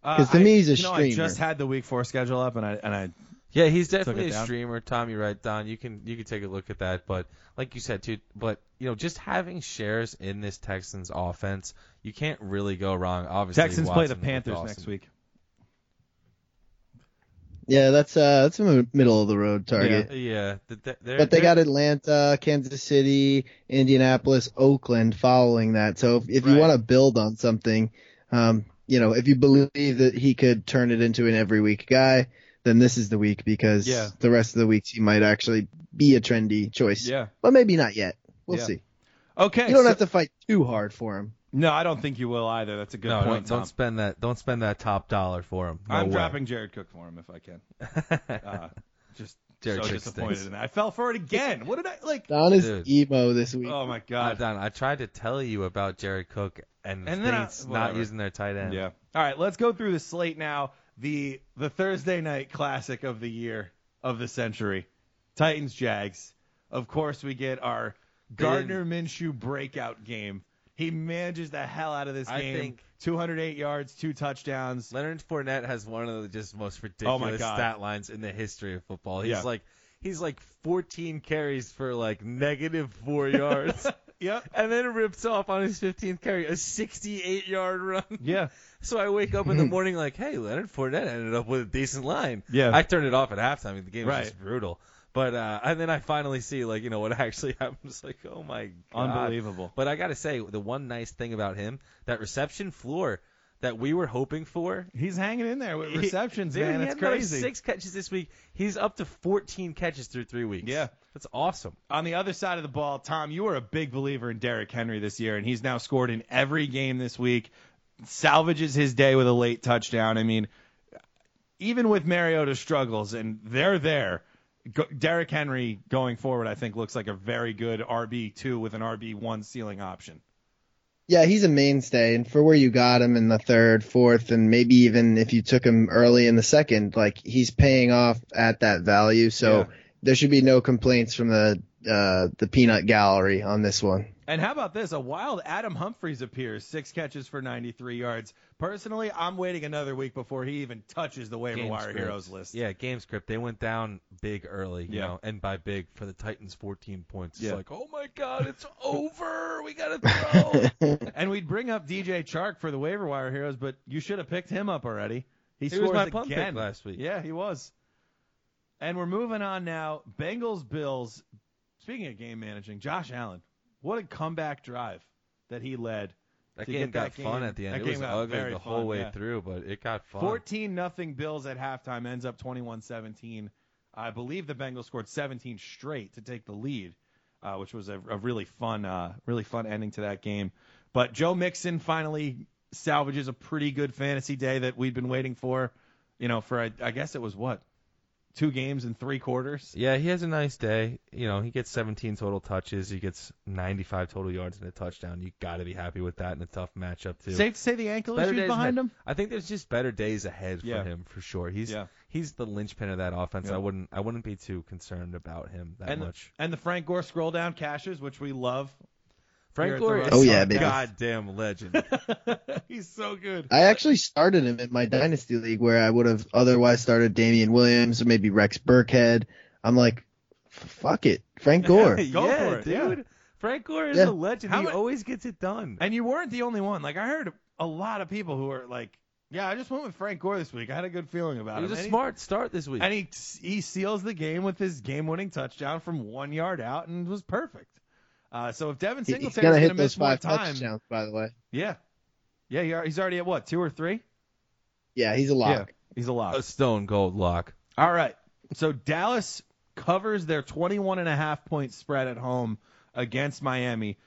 S1: Because
S4: 'Cause to me, he's a
S1: you know, Uh, I
S4: streamer.
S1: just had the week four schedule up, and I and I
S3: Yeah, he's
S1: it
S3: definitely a
S1: down.
S3: streamer, Tom. You're right, Don. You can you can take a look at that, but like you said too, but you know, just having shares in this Texans offense, you can't really go wrong. Obviously,
S1: Texans play the
S3: Watson looked
S1: Panthers
S3: awesome.
S1: next week.
S4: Yeah, that's uh that's a middle of the road target.
S3: Yeah, th- th- they're,
S4: But they
S3: they're-
S4: got Atlanta, Kansas City, Indianapolis, Oakland following that. So if, if you
S1: Right.
S4: want to build on something, um, you know, if you believe that he could turn it into an every week guy, then this is the week because
S1: Yeah.
S4: the rest of the weeks he might actually be a trendy choice.
S1: Yeah.
S4: But maybe not yet. We'll
S1: Yeah.
S4: see.
S1: Okay.
S4: You don't
S1: so-
S4: have to fight too hard for him.
S1: No, I don't think you will either. That's a good
S3: No,
S1: point,
S3: don't, don't
S1: Tom.
S3: spend that. Don't spend that top dollar for him. No
S1: I'm
S3: way. <laughs>
S1: dropping Jared Cook for him if I can. Uh, just
S3: Jared
S1: so
S3: Cook
S1: disappointed
S3: stinks.
S1: in that. I fell for it again. What did I like?
S4: Don is
S3: Dude.
S4: emo this week.
S1: Oh my
S3: Uh,
S1: god.
S3: Don, I tried to tell you about Jared Cook and,
S1: And
S3: and
S1: then I-
S3: not
S1: whatever.
S3: using their tight end.
S1: Yeah. All right, let's go through the slate now. The the Thursday night classic of the year of the century, Titans Jags. Of course, we get our Gardner Minshew breakout game. He manages the hell out of this
S3: I
S1: game.
S3: think-
S1: 208 yards, two touchdowns.
S3: Leonard Fournette has one of the just most
S1: Oh my
S3: ridiculous
S1: God.
S3: stat lines in the history of football. He's
S1: Yeah.
S3: like he's like 14 carries for like negative
S1: <laughs>
S3: four yards, <laughs>
S1: Yep.
S3: and then rips off on his 15th carry a 68 yard run. <laughs>
S1: Yeah.
S3: So I wake up in
S1: <laughs>
S3: the morning like, hey, Leonard Fournette ended up with a decent line.
S1: Yeah.
S3: I turned it off at halftime. The game was
S1: Right.
S3: just brutal. But uh, and then I finally see like you know what <laughs> actually happens. Like oh my god,
S1: Unbelievable.
S3: But I gotta say the one nice thing about him that reception floor that we were hoping for
S1: He's hanging in there with
S3: He-
S1: receptions,
S3: dude,
S1: man.
S3: He
S1: It's
S3: had another
S1: crazy.
S3: Six catches this week. He's up to 14 catches through three weeks.
S1: Yeah.
S3: that's awesome.
S1: On the other side of the ball, Tom, you were a big believer in Derrick Henry this year, and he's now scored in every game this week. Salvages his day with a late touchdown. I mean, even with Mariota's struggles, and they're there. Go- Derrick Henry going forward, I think, looks like a very good RB two with an RB one ceiling option.
S4: Yeah, he's a mainstay, and for where you got him in the third, fourth, and maybe even if you took him early in the second, like he's paying off at that value. So
S1: Yeah.
S4: there should be no complaints from the uh, the peanut gallery on this one.
S1: And how about this? A wild Adam Humphries appears, six catches for 93 yards. Personally, I'm waiting another week before he even touches the waiver
S3: Game
S1: wire
S3: script.
S1: heroes list.
S3: Yeah, game script. They went down big early, you
S1: Yeah.
S3: know, and by big for the Titans, 14 points. It's
S1: Yeah.
S3: like, oh my
S1: <laughs>
S3: god, it's over. We gotta throw.
S1: And we'd bring up DJ Chark for the waiver wire heroes, but you should have picked him up already. He,
S3: He was
S1: scores
S3: my punt pick
S1: again
S3: last week.
S1: Yeah, he was. And we're moving on now. Bengals Bills. Speaking of game managing, Josh Allen, what a comeback drive that he led.
S3: that
S1: To
S3: game
S1: get that
S3: got fun
S1: game-
S3: at the end.
S1: that
S3: It
S1: game
S3: was
S1: got
S3: ugly
S1: very
S3: the whole
S1: fun,
S3: way
S1: yeah.
S3: through, but it got fun.
S1: 14 nothing Bills at halftime ends up 21-17. I believe the Bengals scored 17 straight to take the lead, uh, which was a, a really fun, uh, really fun ending to that game. But Joe Mixon finally salvages a pretty good fantasy day that we'd been waiting for. You know, for I, I guess it was what two games and three quarters.
S3: Yeah, he has a nice day. You know, he gets 17 total touches. He gets 95 total yards and a touchdown. You got to be happy with that in a tough matchup too.
S1: Safe to say the ankle
S3: Better
S1: issues
S3: days
S1: behind
S3: ahead.
S1: him.
S3: I think there's just better days ahead for
S1: Yeah.
S3: him for sure. He's
S1: Yeah.
S3: he's the linchpin of that offense.
S1: Yeah.
S3: I wouldn't I wouldn't be too concerned about him that
S1: And the,
S3: much.
S1: and the Frank Gore scroll down caches, which we love.
S3: Frank
S1: Here at
S3: Gore
S1: the
S3: is
S1: Rock-
S4: Oh,
S3: a
S4: yeah, baby.
S3: goddamn <laughs> legend.
S1: He's so good.
S4: I actually started him in my dynasty league where I would have otherwise started Damian Williams or maybe Rex Burkhead. I'm like, fuck it, Frank
S1: <laughs>
S4: Gore.
S1: Go
S3: yeah,
S1: for it, yeah.
S3: dude. Frank Gore is
S4: Yeah.
S3: a legend.
S1: How
S3: he
S1: mu-
S3: always gets it done.
S1: And you weren't the only one. Like I heard a lot of people who are like, "Yeah, I just went with Frank Gore this week. I had a good feeling about
S3: It was
S1: him."
S3: a
S1: And he-
S3: smart start this week.
S1: and he he seals the game with his game-winning touchdown from one yard out, and was perfect. Uh, so if Devin
S4: He- He's
S1: Singletary's
S4: gonna
S1: going to
S4: hit
S1: miss
S4: those
S1: more
S4: five
S1: time,
S4: touchdowns, by the way.
S1: yeah, yeah, he al- he's already at what two or three?
S4: Yeah, he's a lock.
S1: He's a lot.
S3: a stone gold lock.
S1: All right. So Dallas covers their 21 and a half point spread at home against Miami.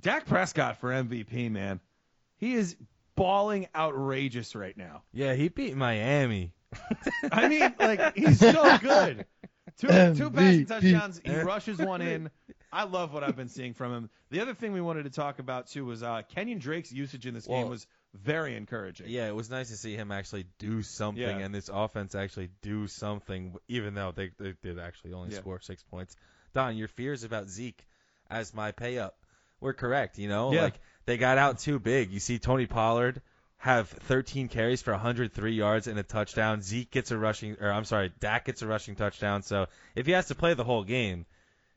S1: Dak Prescott for MVP, man. He is balling outrageous right now.
S3: Yeah, he beat Miami.
S1: I mean, like he's so good. Two two passing
S4: MVP.
S1: touchdowns. He rushes
S3: <laughs>
S1: one in. I love what I've been seeing from him. The other thing we wanted to talk about too was uh, Kenyon Drake's usage in this game
S3: Well-
S1: was very encouraging.
S3: Yeah, it was nice to see him actually do something,
S1: Yeah.
S3: and this offense actually do something, even though they, they did actually only
S1: Yeah.
S3: score six points. Don, your fears about Zeke as my pay up were correct. You know,
S1: Yeah.
S3: like they got out too big. You see Tony Pollard have 13 carries for 103 yards and a touchdown. Zeke gets a rushing, or I'm sorry, Dak gets a rushing touchdown. So if he has to play the whole game,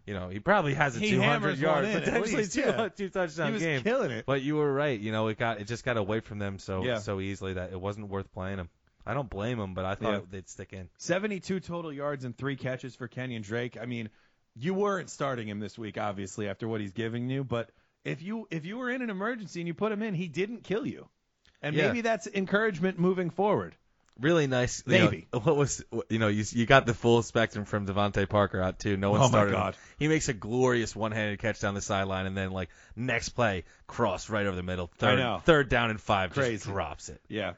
S3: you know, he probably has a
S1: He
S3: 200
S1: hammers
S3: yard,
S1: one in at
S3: potentially
S1: least,
S3: two,
S1: yeah.
S3: <laughs> two
S1: he
S3: touchdown
S1: was
S3: game.
S1: killing it.
S3: But you were right. You know, it got it just got away from them so
S1: Yeah.
S3: so easily that it wasn't worth playing them. I don't blame them, but I thought
S1: Yeah.
S3: they'd stick in.
S1: 72 total yards and three catches for Kenyon Drake. I mean, you weren't starting him this week, obviously, after what he's giving you. But if you if you were in an emergency and you put him in, he didn't kill you. And
S3: Yeah.
S1: maybe that's encouragement moving forward.
S3: Really nice. you
S1: Maybe.
S3: know, what was you know you you got the full spectrum from Devontae Parker out too. No one
S1: Oh my
S3: started. him.
S1: God.
S3: He makes a glorious one-handed catch down the sideline, and then like next play, cross right over the middle. Third,
S1: know.
S3: third down and five, just
S1: Crazy.
S3: drops it. <laughs>
S1: Yeah.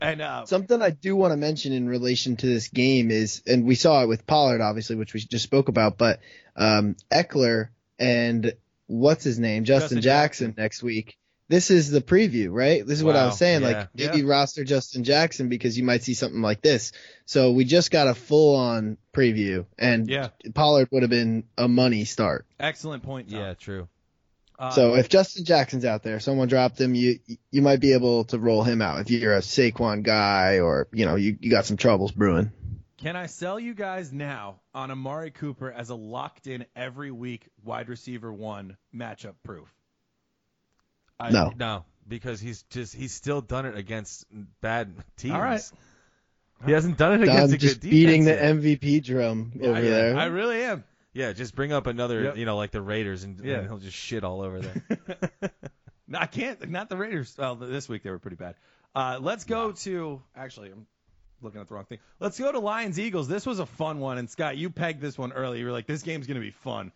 S1: And uh,
S4: Something I do want to mention in relation to this game is, and we saw it with Pollard, obviously, which we just spoke about, but um, Eckler and what's his name, Justin,
S1: Justin
S4: Jackson, next week. This is the preview, right? This is what I
S3: Wow,
S4: was saying.
S3: yeah.
S4: Like maybe roster Justin Jackson because you might see something like this. So we just got a full on preview, and
S1: Yeah.
S4: Pollard would have been a money start.
S1: excellent point. Tom.
S3: true.
S1: Uh,
S4: So if Justin Jackson's out there, someone dropped him, you you might be able to roll him out if you're a Saquon guy or you know you, you got some troubles brewing.
S1: Can I sell you guys now on Amari Cooper as a locked in every week wide receiver one matchup proof? I-
S4: No.
S3: No, because he's just he's still done it against bad teams.
S1: All right.
S3: He hasn't done it
S4: Don's
S3: against a good
S4: just
S3: defense
S4: beating the
S3: yet.
S4: MVP drum over
S1: I,
S4: there.
S1: I really am.
S3: Yeah, just bring up another,
S1: Yep.
S3: you know, like the Raiders, and,
S1: Yeah.
S3: and he'll just shit all
S1: <laughs>
S3: over them.
S1: No, I can't. Not the Raiders. Well, th- this week they were pretty bad. Uh, let's go to. Actually, I'm looking at the wrong thing. Let's go to Lions Eagles. This was a fun one. And Scott, you pegged this one early. You were like, this game's going to be fun.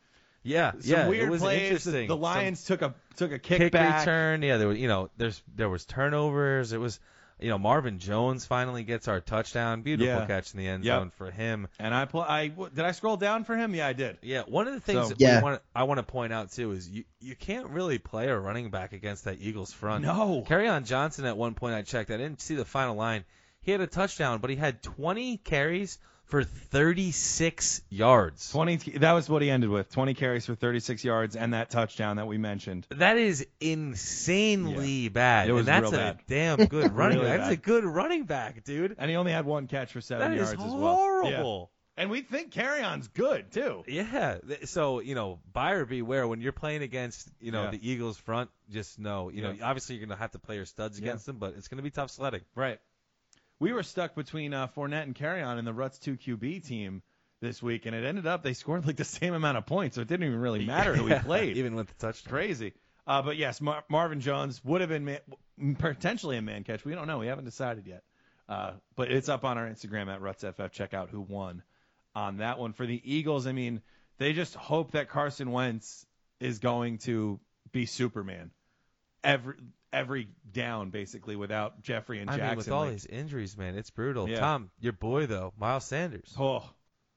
S3: yeah,
S1: Some
S3: yeah,
S1: weird
S3: it was
S1: plays.
S3: interesting.
S1: The
S3: Some
S1: Lions took a took a
S3: kick
S1: kickback.
S3: return. Yeah, there was, you know, there's there was turnovers. It was, you know, Marvin Jones finally gets our touchdown. Beautiful
S1: Yeah.
S3: catch in the end
S1: Yep.
S3: zone for him.
S1: And I pl- I w- did I scroll down for him? Yeah, I did.
S3: Yeah, one of the things
S1: So-
S3: that
S4: Yeah.
S3: we want I want to point out too is you you can't really play a running back against that Eagles front.
S1: No.
S3: Carry on Johnson at one point I checked. I didn't see the final line. He had a touchdown, but he had 20 carries for 36 yards.
S1: 20 that was what he ended with 20 carries for 36 yards and that touchdown that we mentioned
S3: That is insanely bad.
S1: It was
S3: and that's
S1: real
S3: a
S1: bad. <laughs>
S3: damn good running
S1: Really
S3: back. That's a
S1: bad.
S3: good running back, dude.
S1: and he only had one catch for seven
S3: That is
S1: yards as well
S3: horrible.
S1: Yeah. and we think carrion's good too
S3: Yeah. th- So, you know, buyer beware when you're playing against, you know,
S1: Yeah.
S3: the Eagles front, just know, you know, obviously you're going to have to play your studs
S1: Yeah.
S3: against them, but it's going to be tough sledding.
S1: Right. We were stuck between uh, Fournette and Carrion in the Ruts 2 QB team this week, and it ended up they scored like the same amount of points, so it didn't even really matter <laughs> who we
S3: <laughs> Yeah,
S1: played.
S3: even with the touchdown.
S1: Crazy. Uh, but yes, Mar- Marvin Jones would have been ma- potentially a man catch. We don't know. We haven't decided yet. Uh, but it's up on our Instagram at RutsFF. Check out who won on that one. For the Eagles, I mean, they just hope that Carson Wentz is going to be Superman every every down basically without Jeffrey and
S3: I
S1: Jackson.
S3: mean, with all
S1: like-
S3: these injuries, man, it's brutal.
S1: Yeah.
S3: Tom, your boy though, Miles Sanders.
S1: oh,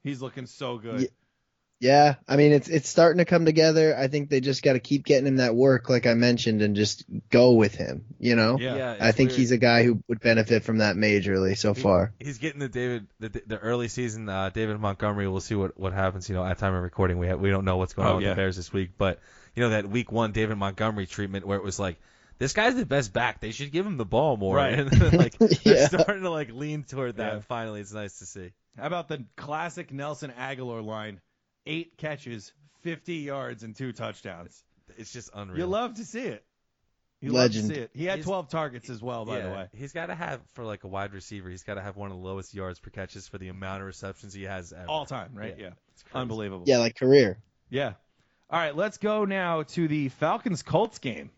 S1: he's looking so good.
S4: Yeah. Yeah, I mean it's it's starting to come together. I think they just got to keep getting him that work, like I mentioned, and just go with him. You know,
S1: Yeah.
S4: I think he's a guy who would benefit from that majorly so far.
S3: he's getting the David the, the early season uh, David Montgomery. We'll see what, what happens. You know, at time of recording, we ha- we don't know what's going
S1: Oh,
S3: on with
S1: yeah.
S3: the Bears this week, but you know that week one David Montgomery treatment where it was like. This guy's the best back. They should give him the ball more.
S1: Right.
S3: And
S1: <laughs>
S3: like they're
S4: Yeah.
S3: starting to like lean toward that.
S1: Yeah.
S3: Finally, it's nice to see.
S1: How about the classic Nelson Aguilar line? Eight catches, 50 yards, and two touchdowns.
S3: It's just unreal.
S1: You love to see it. You
S4: Legend.
S1: love to see it. He had
S3: He's-
S1: 12 targets as well, by
S3: Yeah,
S1: the way.
S3: he's got to have for like a wide receiver. He's got to have one of the lowest yards per catches for the amount of receptions he has ever.
S1: All time, right? Yeah.
S3: It's crazy.
S1: Unbelievable.
S4: Yeah, like career.
S1: Yeah. All right, let's go now to the Falcons Colts game.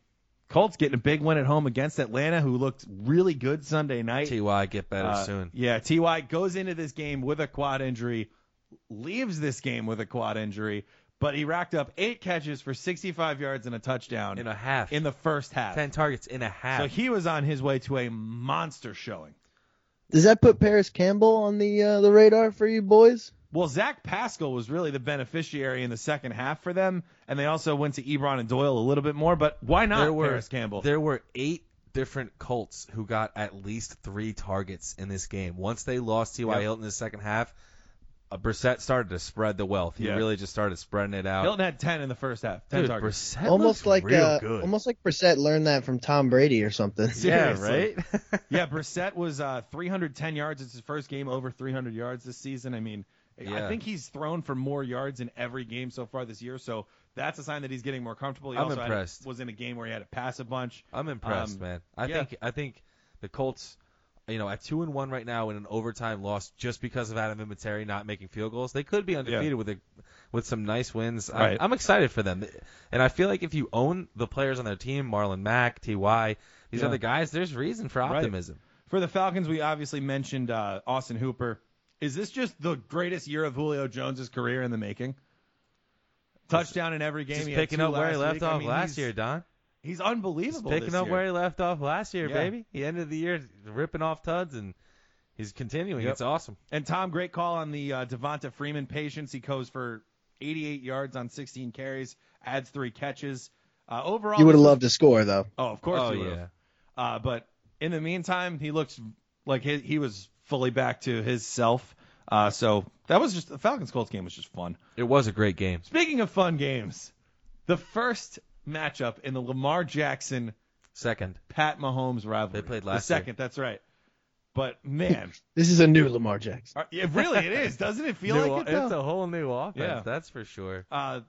S1: Colts getting a big win at home against Atlanta, who looked really good Sunday night.
S3: Ty get better
S1: Uh,
S3: soon.
S1: Yeah, Ty goes into this game with a quad injury, leaves this game with a quad injury, but he racked up eight catches for 65 yards and a touchdown
S3: In a half.
S1: in the first half.
S3: ten targets in a half.
S1: So he was on his way to a monster showing.
S4: Does that put Paris Campbell on the uh, the radar for you boys?
S1: Well, Zach Pascal was really the beneficiary in the second half for them, and they also went to Ebron and Doyle a little bit more. But why not
S3: there were
S1: Paris Campbell?
S3: There were eight different Colts who got at least three targets in this game. Once they lost T.Y.
S1: Yep.
S3: Hilton in the second half, uh, Brissett started to spread the wealth. He
S1: Yeah.
S3: really just started spreading it out.
S1: Hilton had ten in the first half, ten
S3: Dude,
S1: targets.
S3: Brissett
S4: almost
S3: looks
S4: like
S3: real
S4: uh,
S3: good.
S4: almost like Brissett learned that from Tom Brady or something.
S3: yeah, right.
S1: Seriously. <laughs> yeah, Brissett was uh, 310 yards. It's his first game over 300 yards this season. I mean, I
S3: Yeah.
S1: think he's thrown for more yards in every game so far this year. So that's a sign that he's getting more comfortable. He
S3: I'm
S1: also had-
S3: impressed.
S1: was in a game where he had to pass a bunch.
S3: I'm impressed,
S1: Um,
S3: man. I
S1: yeah.
S3: think I think the Colts, you know, at two and one right now in an overtime loss just because of Adam Vinatieri not making field goals, they could be undefeated with a with some nice wins.
S1: Right.
S3: I'm, I'm excited for them, and I feel like if you own the players on their team, Marlon Mack, Ty, these
S1: Yeah.
S3: other guys, there's reason for
S1: Right.
S3: optimism.
S1: For the Falcons, we obviously mentioned uh, Austin Hooper. Is this just the greatest year of Julio Jones' career in the making? Touchdown in every game.
S3: Just
S1: He had
S3: picking
S1: two
S3: up where he
S1: last
S3: left
S1: week. I
S3: off
S1: mean,
S3: last
S1: he's-
S3: year, Don.
S1: He's unbelievable.
S3: Picking
S1: this
S3: up
S1: year.
S3: where he left off last year,
S1: Yeah.
S3: baby. He ended the year ripping off tuds, and he's continuing.
S1: Yep.
S3: It's awesome.
S1: And Tom, great call on the uh, Devonta Freeman patience. He goes for 88 yards on 16 carries, adds three catches. Uh, overall,
S4: You would
S1: this
S4: have
S1: was-
S4: loved to score though.
S1: Oh, of course
S3: Oh
S1: he would
S3: yeah.
S1: have. Uh, but in the meantime, he looks like he, he was fully back to his self. Uh, so that was just the Falcons Colts game was just fun.
S3: It was a great game.
S1: Speaking of fun games, the first matchup in the Lamar Jackson
S3: Second.
S1: Pat Mahomes rivalry.
S3: They played last
S1: The
S3: year.
S1: second, that's right. But man, <laughs>
S4: This is a new Lamar Jackson.
S1: are- it really it is. Doesn't it feel
S3: New
S1: like
S3: o-
S1: it though?
S3: It's a whole new offense,
S1: Yeah.
S3: that's for sure.
S1: Uh,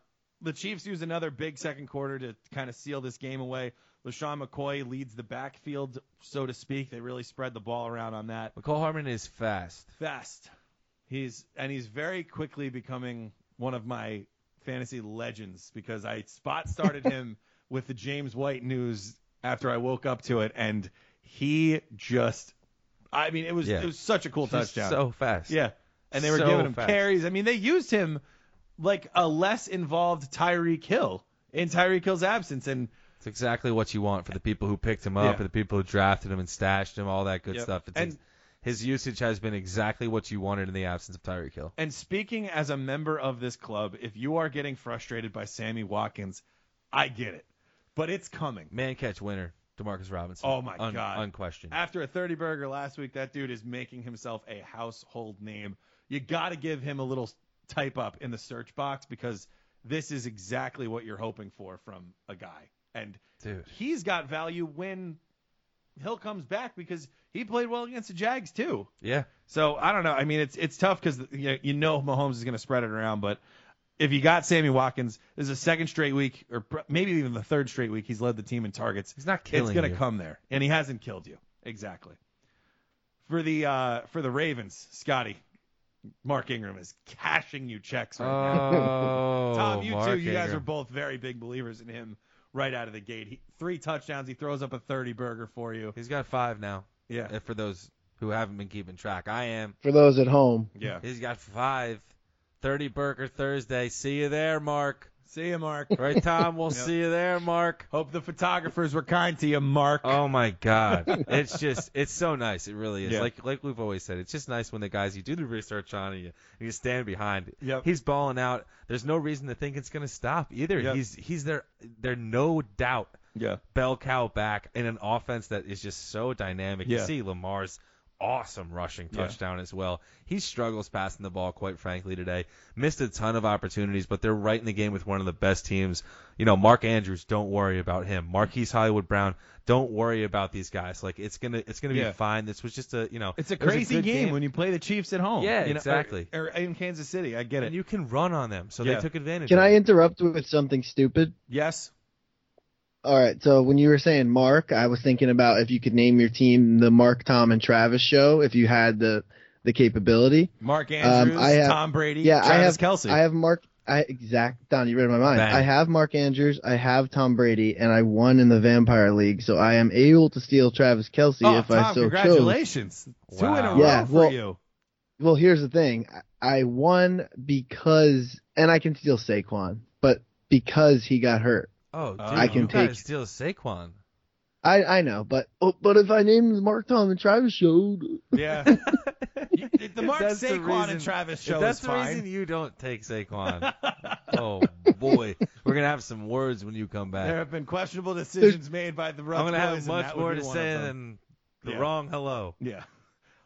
S1: the Chiefs use another big second quarter to kind of seal this game away. LaShawn McCoy leads the backfield, so to speak. They really spread the ball around on that.
S3: McCall Harmon is fast.
S1: Fast. He's and he's very quickly becoming one of my fantasy legends because I spot
S3: <laughs>
S1: started him with the James White news after I woke up to it and he just I mean it was
S3: Yeah.
S1: it was such a cool
S3: Just
S1: touchdown.
S3: So fast.
S1: Yeah. And they were
S3: So
S1: giving him
S3: fast.
S1: carries. I mean, they used him like a less involved Tyreek Hill in Tyreek Hill's absence. And
S3: It's exactly what you want for the people who picked him up,
S1: Yeah.
S3: for the people who drafted him and stashed him, all that good
S1: Yep.
S3: stuff. It's
S1: And-
S3: ex- his usage has been exactly what you wanted in the absence of Tyreek Hill.
S1: and speaking as a member of this club, if you are getting frustrated by Sammy Watkins, I get it. But it's coming.
S3: Man catch winner, Demarcus Robinson.
S1: Oh, my
S3: Un-
S1: God.
S3: Unquestioned.
S1: After a 30 burger last week, that dude is making himself a household name. You got to give him a little type up in the search box because this is exactly what you're hoping for from a guy. And
S3: Dude.
S1: he's got value when Hill comes back because he played well against the Jags too.
S3: Yeah.
S1: So I don't know. I mean, it's it's tough because you, you know Mahomes is going to spread it around, but if you got Sammy Watkins, this is a second straight week, or pr- maybe even the third straight week, he's led the team in targets.
S3: He's not
S1: It's
S3: killing
S1: going to
S3: you.
S1: come there, and he hasn't killed you exactly. For the uh, for the Ravens, Scotty, Mark Ingram is cashing you checks right now.
S3: Oh,
S1: <laughs> Tom, you
S3: Mark
S1: too. You guys
S3: Ingram.
S1: are both very big believers in him right out of the gate. He, three touchdowns. He throws up a 30 burger for you.
S3: He's got five now.
S1: Yeah.
S3: uh, For those who haven't been keeping track, I am.
S4: For those at home,
S1: Yeah.
S3: He's got five. 30 Burger Thursday. See you there, Mark.
S1: See you, Mark.
S3: Right,
S1: <laughs>
S3: Tom? We'll see you there, Mark.
S1: Hope the photographers were kind to you, Mark.
S3: Oh my God, it's just it's so nice. It really is.
S1: Yeah.
S3: Like like we've always said, it's just nice when the guys you do the research on and you and you stand behind. it.
S1: Yep.
S3: He's balling out. There's no reason to think it's gonna stop either.
S1: Yep.
S3: He's he's there. There no doubt
S1: yeah.
S3: bell cow back in an offense that is just so dynamic. You
S1: Yeah.
S3: see Lamar's awesome rushing
S1: Yeah.
S3: touchdown as well. He struggles passing the ball, quite frankly, today. Missed a ton of opportunities, but they're right in the game with one of the best teams. You know, Mark Andrews, don't worry about him. Marquise Hollywood Brown, don't worry about these guys. Like it's gonna it's gonna
S1: Yeah.
S3: be fine. This was just a you know
S1: It's a
S3: it was
S1: crazy
S3: good
S1: game, when you play the Chiefs at home.
S3: Yeah,
S1: you know,
S3: exactly.
S1: Or, or in Kansas City, I get it.
S3: and you can run on them. So
S1: Yeah.
S3: they took advantage
S4: Can
S3: of
S4: I
S3: it.
S4: interrupt with something stupid?
S1: yes.
S4: All right. So when you were saying Mark, I was thinking about if you could name your team the Mark, Tom, and Travis show if you had the the capability.
S1: Mark
S4: Um,
S1: Andrews,
S4: I have-
S1: Tom Brady,
S4: Yeah,
S1: Travis
S4: I have
S1: Kelsey.
S4: I have Mark. I exact Don, you read my mind.
S3: Bang.
S4: I have Mark Andrews. I have Tom Brady, and I won in the Vampire League, so I am able to steal Travis Kelsey
S1: oh,
S4: if
S1: Tom,
S4: I so chose.
S1: congratulations. Two in a
S3: Wow.
S1: row
S4: Yeah,
S1: for
S4: well-
S1: you.
S4: Well, here's the thing. I I won because, and I can steal Saquon, but because he got hurt.
S3: Oh, dude,
S1: I
S3: you
S4: can
S3: gotta
S4: take-
S3: steal Saquon.
S4: I I know, but oh, but if I name the Mark, Tom, and Travis show,
S1: <laughs> Yeah. You- the Mark
S3: That's the
S1: Saquon
S3: reason-
S1: and Travis
S3: If
S1: show
S3: that's
S1: is
S3: the
S1: fine.
S3: reason you don't
S1: <laughs>
S3: take Saquon. oh boy, we're gonna have some words when you come
S1: <laughs> there
S3: back.
S1: have been questionable decisions made by the Ruff
S3: I'm gonna
S1: boys,
S3: have
S1: and
S3: much
S1: that would
S3: more
S1: be
S3: to
S1: one of
S3: say
S1: them.
S3: than the
S1: Yeah.
S3: wrong hello.
S1: Yeah.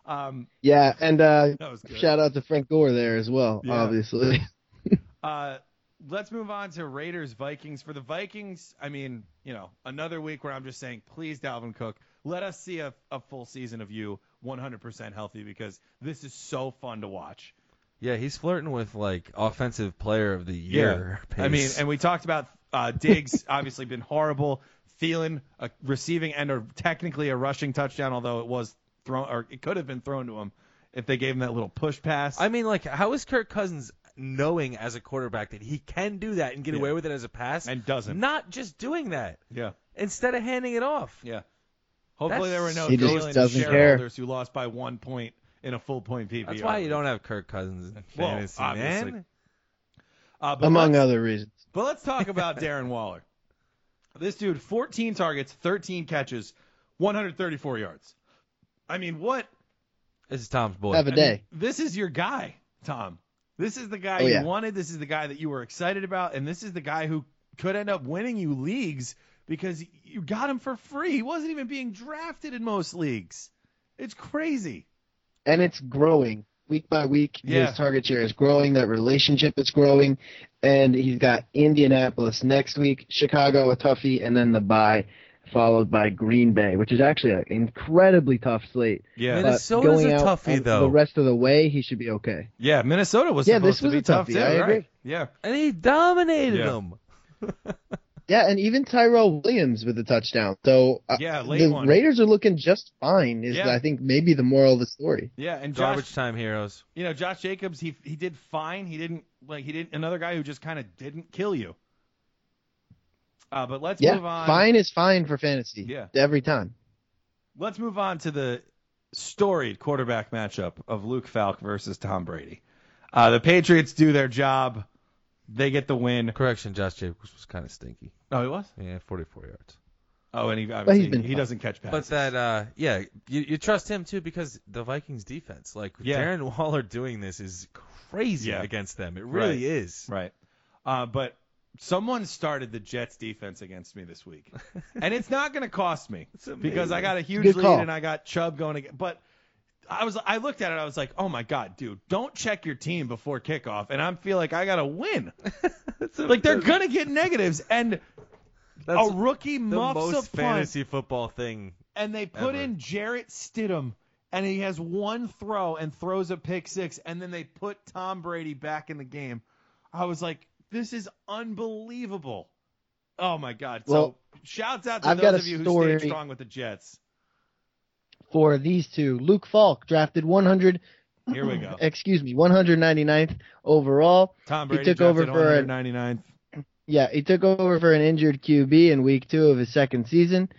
S1: Um,
S4: yeah, and uh,
S1: that was good.
S4: shout out to Frank Gore there as well,
S1: Yeah. <laughs>
S4: obviously.
S1: Uh, let's move on to Raiders Vikings. For the Vikings, I mean, you know, another week where I'm just saying, please, Dalvin Cook, let us see a, a full season of you 100% healthy because this is so fun to watch.
S3: Yeah, he's flirting with like offensive player of the year.
S1: I mean,
S3: pace.
S1: and we talked about uh, Diggs, <laughs> obviously been horrible. Thielen, a receiving and or technically a rushing touchdown, although it was thrown or it could have been thrown to him if they gave him that little push pass.
S3: I mean, like, how is Kirk Cousins knowing as a quarterback that he can do that and get
S1: Yeah.
S3: away with it as a pass
S1: And doesn't.
S3: Not just doing that
S1: yeah.
S3: instead of handing it off.
S1: Yeah. Hopefully
S3: That's-
S1: there were no
S4: He just
S1: Jalen
S4: doesn't care.
S1: shareholders who lost by one point in a full point PPR.
S3: That's why you don't have Kirk Cousins in
S1: Well,
S3: fantasy,
S1: obviously.
S3: man.
S1: Uh, but
S4: among
S1: let's,
S4: other reasons.
S1: But let's talk about Darren Waller. This dude, 14 targets, 13 catches, 134 yards. I mean, what?
S3: This is Tom's boy.
S4: Have a
S1: I
S4: day.
S1: mean, this is your guy, Tom. This is the guy
S4: Oh, yeah.
S1: you wanted. This is the guy that you were excited about, and this is the guy who could end up winning you leagues because you got him for free. He wasn't even being drafted in most leagues. It's crazy.
S4: and it's growing week by week.
S1: Yeah.
S4: His target share is growing. That relationship is growing, and he's got Indianapolis next week, Chicago a toughie, and then the bye, followed by Green Bay, which is actually an incredibly tough slate.
S1: Yeah.
S3: Man,
S4: But
S3: Minnesota's
S4: going
S3: a
S4: out
S3: toughie,
S4: on
S3: though.
S4: The rest of the way, he should be okay.
S1: Yeah, Minnesota was
S4: Yeah,
S1: supposed
S4: this was
S1: to be
S4: a
S1: tough
S4: toughie,
S1: too,
S4: I
S1: right?
S4: agree.
S1: Yeah.
S3: and he dominated
S1: Yeah.
S3: them.
S4: Yeah, and even Tyrell Williams with the touchdown. So uh,
S1: Yeah, late
S4: the
S1: one.
S4: Raiders are looking just fine. Is
S1: Yeah.
S4: I think maybe the moral of the story.
S1: Yeah, and Josh,
S3: Garbage time heroes.
S1: you know, Josh Jacobs, he he did fine. He didn't like he didn't another guy who just kind of didn't kill you. Uh, but let's
S4: yeah,
S1: move on.
S4: fine is fine for fantasy.
S1: Yeah.
S4: every time.
S1: Let's move on to the storied quarterback matchup of Luke Falk versus Tom Brady. Uh, the Patriots do their job. They get the win.
S3: Correction, Josh Jacobs was kind of stinky.
S1: Oh, he was.
S3: Yeah, 44 yards.
S1: Oh, and he
S4: he's
S1: obviously
S4: been
S1: he
S4: fine.
S1: doesn't catch passes.
S3: But that, uh, yeah, you, you trust him too because the Vikings defense, like
S1: Yeah.
S3: Darren <laughs> Waller doing this is crazy
S1: Yeah.
S3: against them. It really
S1: Right.
S3: is.
S1: Right. Uh, but someone started the Jets defense against me this <laughs> week, and it's not going to cost me because I got a huge
S4: Good
S1: lead
S4: call.
S1: and I got Chubb going. Again. But I was I looked at it, I was like, oh my god, dude, don't check your team before kickoff, and I feel like I got to win. like they're going to get negatives, and
S3: That's
S1: a rookie
S3: the
S1: muffs
S3: most
S1: a punt,
S3: fantasy football thing.
S1: and they put
S3: ever.
S1: in Jarrett Stidham. And he has one throw and throws a pick six, and then they put Tom Brady back in the game. I was like, this is unbelievable. Oh my god!
S4: Well,
S1: so shouts out to
S4: I've
S1: those
S4: got a
S1: of you who
S4: story.
S1: stayed strong with the Jets.
S4: For these two, Luke Falk drafted 100
S1: Here we
S4: <laughs>
S1: go.
S4: excuse me, 199th overall.
S1: Tom
S4: He
S1: Brady
S4: took over
S1: drafted
S4: for a-
S1: 199th.
S4: Yeah, he took over for an injured QB in week two of his second season.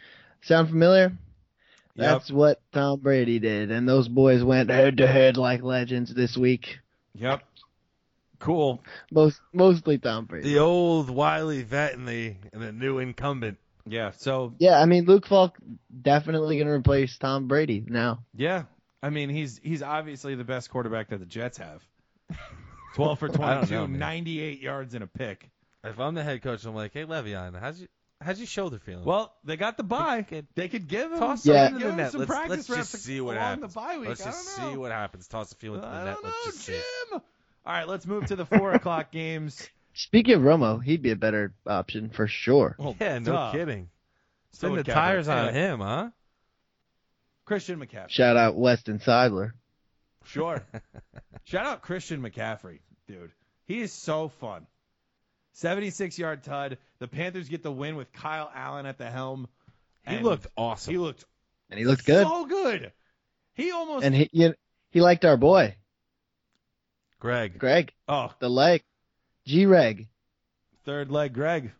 S4: Sound familiar? That's what Tom Brady did, and those boys went head to head like legends this week.
S1: Yep. Cool.
S4: Most mostly Tom Brady.
S3: The old wily vet and the and the new incumbent.
S1: Yeah. So
S4: Yeah, I mean Luke Falk definitely gonna replace Tom Brady now.
S1: yeah, I mean he's he's obviously the best quarterback that the Jets have. Twelve for
S3: <laughs> I don't
S1: 22,
S3: know, man.
S1: 98 yards and a pick.
S3: If I'm the head coach, I'm like, hey Le'Veon, how's you how's your shoulder feeling?
S1: Well, they got the bye.
S3: Good.
S1: They could give him,
S3: toss
S4: Yeah.
S3: yeah.
S1: give
S3: into the
S1: him
S3: net.
S1: some
S3: Let's,
S1: practice
S3: let's
S1: reps
S3: just see what
S1: along
S3: happens.
S1: the bye week.
S3: Let's
S1: I
S3: just
S1: don't know.
S3: see what happens. Toss a few into the
S1: I
S3: net.
S1: don't know,
S3: Let's just see.
S1: Jim. All right, let's move to the
S3: <laughs>
S1: four o'clock games.
S4: Speaking of Romo, he'd be a better option for sure.
S1: Well,
S3: yeah, no
S1: duh.
S3: kidding.
S1: So
S3: Spin the
S1: would Kaepernick.
S3: tires on
S1: Anyway,
S3: him, huh?
S1: Christian McCaffrey.
S4: Shout out Weston Seidler.
S1: <laughs> Sure. Shout out Christian McCaffrey, dude. He is so fun. 76 yard tud. The Panthers get the win with Kyle Allen at the helm.
S3: He
S1: And
S3: looked awesome.
S1: He looked
S4: And he looked good.
S1: so good. He almost.
S4: And he you he liked our boy,
S3: Greg.
S4: Greg,
S1: oh,
S4: the leg. G Reg.
S1: third leg, Greg.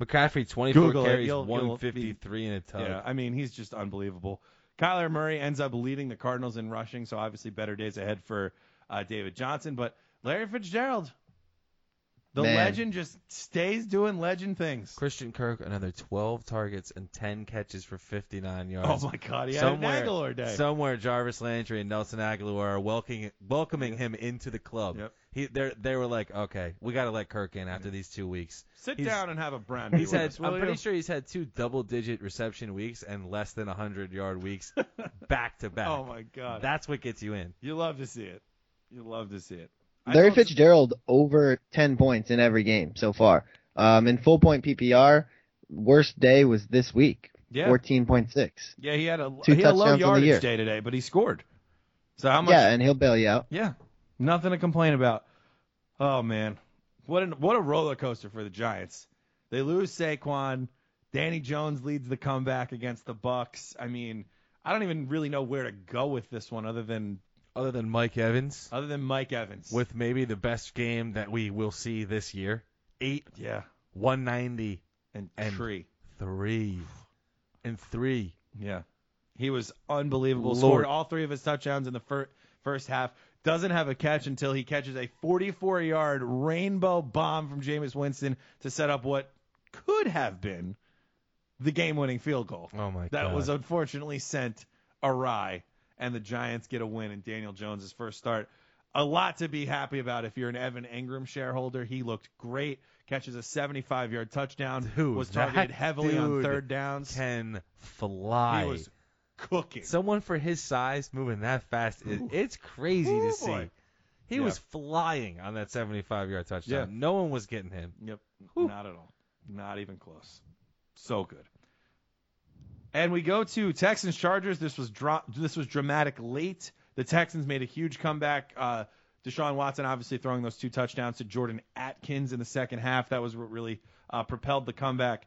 S3: McCaffrey, 24
S1: Google it.
S3: carries,
S1: You'll- you'll be-
S3: 153 in a tug.
S1: Yeah, I mean, he's just unbelievable. Kyler Murray ends up leading the Cardinals in rushing, so obviously better days ahead for uh, David Johnson. But Larry Fitzgerald, the
S4: Man.
S1: legend, just stays doing legend things.
S3: Christian Kirk, another 12 targets and 10 catches for 59
S1: <laughs> Oh
S3: yards.
S1: my God, he had an
S3: somewhere,
S1: Aguilar day.
S3: somewhere, Jarvis Landry and Nelson Aguilar are welcoming welcoming him into the club.
S1: Yep.
S3: He, they they were like, okay, we got to let Kirk in after these two weeks.
S1: Sit
S3: he's-
S1: down and have a brandy.
S3: He's
S1: with
S3: had,
S1: us, will
S3: I'm pretty
S1: you?
S3: sure he's had two double-digit reception weeks and less than 100-yard
S1: <laughs>
S3: weeks back to back.
S1: Oh my God,
S3: That's what gets you in.
S1: you love to see it. You love to see it. I
S4: Larry
S1: told-
S4: Fitzgerald over 10 points in every game so far. Um, in full point PPR, worst day was this week,
S1: Yeah.
S4: 14.6.
S1: Yeah, he had a
S4: Two
S1: he had a
S4: touchdowns
S1: low
S4: on the year.
S1: yardage day today, but he scored. So how much?
S4: Yeah, and he'll bail you out.
S1: Yeah, nothing to complain about. Oh man, what an, what a roller coaster for the Giants. They lose Saquon. Danny Jones leads the comeback against the Bucks. I mean, I don't even really know where to go with this one, other than
S3: Other than Mike Evans,
S1: other than Mike Evans.
S3: with maybe the best game that we will see this year, eight
S1: yeah,
S3: 193
S1: and,
S3: And-
S1: Tree.
S3: and three.
S1: Yeah, he was unbelievable.
S3: Lord.
S1: Scored all three of his touchdowns in the fir- first half. Doesn't have a catch until he catches a 44-yard rainbow bomb from Jameis Winston to set up what could have been the game-winning field goal.
S3: Oh my
S1: that
S3: god.
S1: was unfortunately sent awry, and the Giants get a win in Daniel Jones' first start. A lot to be happy about if you're an Evan Ingram shareholder. He looked great, catches a 75 yard touchdown,
S3: Dude,
S1: was
S3: that
S1: targeted heavily on
S3: dude
S1: third downs.
S3: can fly.
S1: he was cooking.
S3: Someone for his size moving that fast, it,
S1: Ooh.
S3: it's crazy
S1: Ooh,
S3: to see.
S1: boy.
S3: He
S1: Yeah.
S3: was flying on that 75 yard
S1: Yeah.
S3: touchdown. No one was getting him.
S1: Yep. Not at all. Not even close. So good. And we go to Texans Chargers. This was dra- this was dramatic late. The Texans made a huge comeback. Uh, Deshaun Watson obviously throwing those two touchdowns to Jordan Atkins in the second half. That was what really uh, propelled the comeback.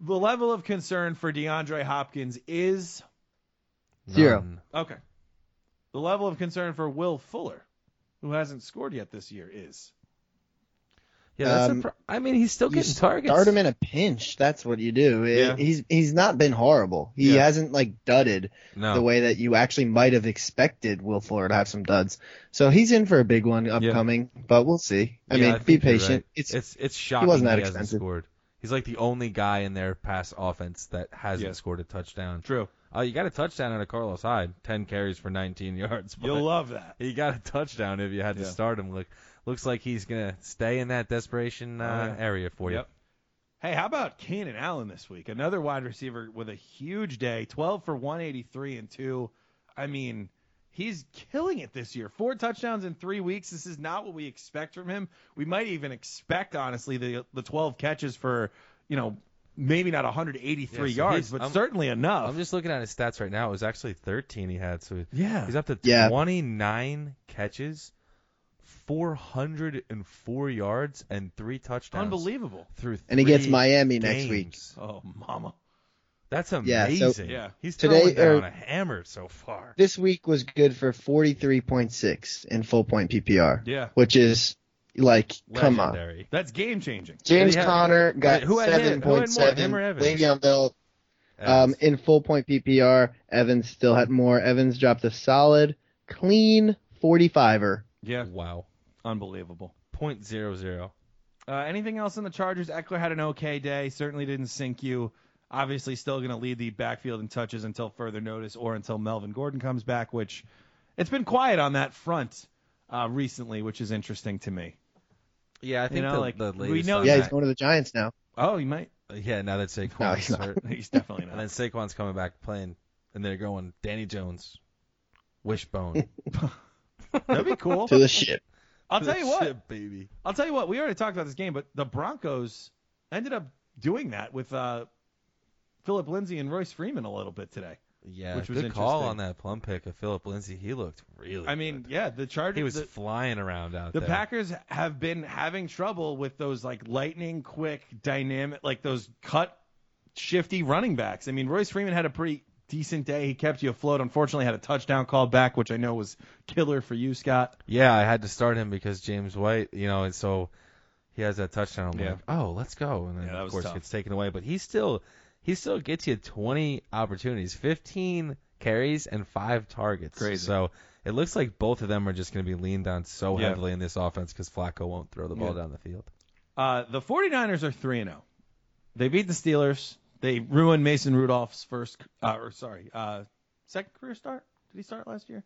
S1: The level of concern for DeAndre Hopkins is
S4: Zero.
S3: None.
S1: okay. The level of concern for Will Fuller, who hasn't scored yet this year, is
S3: Yeah, that's
S4: Um,
S3: a pro- I mean, he's still
S4: You
S3: getting targets.
S4: Start him in a pinch. That's what you do. It-
S1: Yeah.
S4: He's he's not been horrible. He
S1: Yeah.
S4: hasn't like dudded
S3: no.
S4: the way that you actually might have expected Will Fuller to have some duds. So he's in for a big one upcoming, but we'll see. I
S3: Yeah,
S4: mean, be
S3: think you're
S4: patient.
S3: right.
S4: It's,
S3: It's it's, shocking
S4: wasn't that
S3: he hasn't
S4: expensive.
S3: scored. He's like the only guy in their pass offense that hasn't
S1: Yeah.
S3: scored a touchdown.
S1: true.
S3: Oh, you got a touchdown out of Carlos Hyde, ten carries for 19 <laughs> yards. But
S1: You'll love that.
S3: he got a touchdown if you had to
S1: Yeah.
S3: start him. Look, looks like he's gonna stay in that desperation uh,
S1: Oh, yeah.
S3: area for you.
S1: Yep. Hey, how about Keenan Allen this week? Another wide receiver with a huge day, 12 for 183 and two. I mean, he's killing it this year. Four touchdowns in three weeks. This is not what we expect from him. We might even expect, honestly, the the 12 catches for, you know, maybe not 183
S3: Yeah, so
S1: yards,
S3: he's-
S1: but
S3: I'm-
S1: certainly enough.
S3: I'm just looking at his stats right now. It was actually 13 he had, so
S1: yeah.
S3: he's up to
S4: Yeah.
S3: 29 catches, 404 yards, and three touchdowns.
S1: Unbelievable.
S3: Through
S4: and he gets
S3: three
S4: Miami next week.
S3: games.
S1: Oh, mama.
S3: That's
S4: Yeah,
S3: amazing.
S4: so-
S1: Yeah.
S3: He's
S4: Today,
S3: throwing down
S4: or-
S3: a hammer so far.
S4: This week was good for 43.6 in full point PPR.
S1: Yeah.
S4: which is like, come on.
S3: Legendary.
S1: That's game changing.
S4: James
S3: Who had-
S4: Conner got
S3: who had him?
S4: seven
S3: Who had
S4: point
S3: more, him
S4: seven.
S3: or Evans?
S4: Le'Veon Bell um, in full point PPR. Evans still had more. Evans dropped a solid, clean 45er
S1: Yeah,
S3: Wow.
S1: unbelievable.
S3: Point zero zero.
S1: Uh, anything else in the Chargers? Eckler had an okay day. Certainly didn't sink you. Obviously, still going to lead the backfield in touches until further notice or until Melvin Gordon comes back, which it's been quiet on that front uh, recently, which is interesting to me.
S3: Yeah, I think
S1: know,
S3: the,
S1: like,
S3: the
S1: we
S3: latest
S1: know-
S3: on
S1: Yeah,
S4: Yeah,
S3: that-
S4: he's going to the Giants
S3: <laughs>
S4: now.
S1: Oh, he might.
S3: Yeah, now that Saquon's
S4: No, he's not.
S3: hurt.
S1: He's definitely
S3: And
S1: not.
S4: <laughs>
S3: then Saquon's coming back playing, and they're going Danny Jones,
S4: <laughs>
S3: wishbone.
S1: That'd be cool.
S4: To the ship.
S1: I'll tell you what.
S3: Shit, baby.
S1: I'll tell you what. We already talked about this game, but the Broncos ended up doing that with uh, Philip Lindsay and Royce Freeman a little bit today.
S3: Yeah,
S1: Which was
S3: good call on
S1: interesting.
S3: that plum pick of Philip Lindsay. He looked really.
S1: I mean,
S3: good.
S1: yeah, the Chargers.
S3: he was
S1: the,
S3: flying around out
S1: the
S3: there.
S1: Packers have been having trouble with those like lightning quick dynamic, like those cut shifty running backs. I mean, Royce Freeman had a pretty decent day. He kept you afloat. Unfortunately, had a touchdown called back, which I know was killer for you, Scott.
S3: Yeah, I had to start him because James White, you know, and so he has that touchdown. I'm
S1: Yeah.
S3: like, oh, let's go, and then
S1: Yeah, that
S3: of
S1: was
S3: course
S1: tough.
S3: gets taken away. But he still, he still gets you 20 opportunities, 15 carries and five targets.
S1: Crazy.
S3: So it looks like both of them are just going to be leaned on so
S1: Yeah.
S3: heavily in this offense because Flacco won't throw the ball
S1: Yeah.
S3: down the field.
S1: Uh, the 49ers are 3 and 0. They beat the Steelers. They ruined Mason Rudolph's first uh, or sorry, uh, second career start. Did he start last year?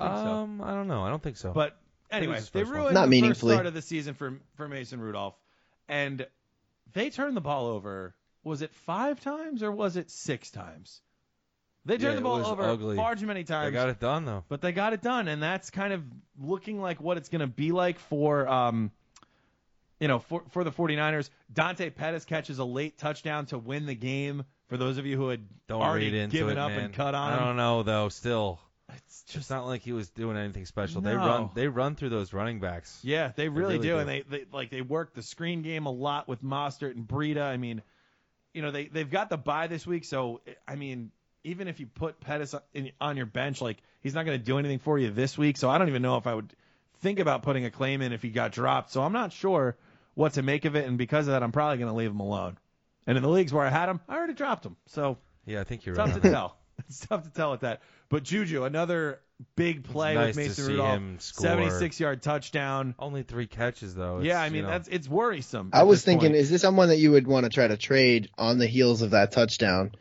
S1: I think so.
S3: Um, I don't know. I don't think so.
S1: But
S3: think it
S1: anyway,
S3: was his
S1: they
S3: first one.
S1: ruined
S4: Not
S1: the
S4: meaningfully.
S1: first start of the season for for Mason Rudolph, and they turned the ball over. Was it five times or was it six times? They
S3: Yeah,
S1: turned
S3: it
S1: the ball
S3: was
S1: over
S3: ugly.
S1: far too many
S3: I
S1: times,
S3: got it done though.
S1: but they got it done, and that's kind of looking like what it's going to be like for um, you know, for for the 49ers. Dante Pettis catches a late touchdown to win the game. For those of you who had
S3: Don't
S1: already
S3: read into
S1: given
S3: it,
S1: up
S3: man.
S1: and cut on
S3: I
S1: him,
S3: don't know though. Still,
S1: it's
S3: it's
S1: just
S3: not like he was doing anything special. They
S1: No.
S3: run, they run through those running backs.
S1: Yeah, they really,
S3: really
S1: do,
S3: do.
S1: and they, they like they work the screen game a lot with Mostert and Breida. I mean, you know they they've got the bye this week, so I mean even if you put Pettis in, on your bench, like he's not going to do anything for you this week. So I don't even know if I would think about putting a claim in if he got dropped. So I'm not sure what to make of it, and because of that, I'm probably going to leave him alone. And in the leagues where I had him, I already dropped him. So
S3: Yeah, I think you're right.
S1: tough
S3: on
S1: to
S3: that.
S1: tell. <laughs> It's tough to tell with that. But Juju, another big play
S3: nice to
S1: with Mason
S3: see
S1: Rudolph,
S3: him score.
S1: 76 yard touchdown.
S3: <laughs> Only three catches though.
S1: Yeah,
S3: It's,
S1: I
S3: you
S1: mean
S3: know,
S1: that's it's worrisome.
S4: I
S1: at
S4: was
S1: this
S4: thinking,
S1: point.
S4: is this someone that you would want to try to trade on the heels of that touchdown?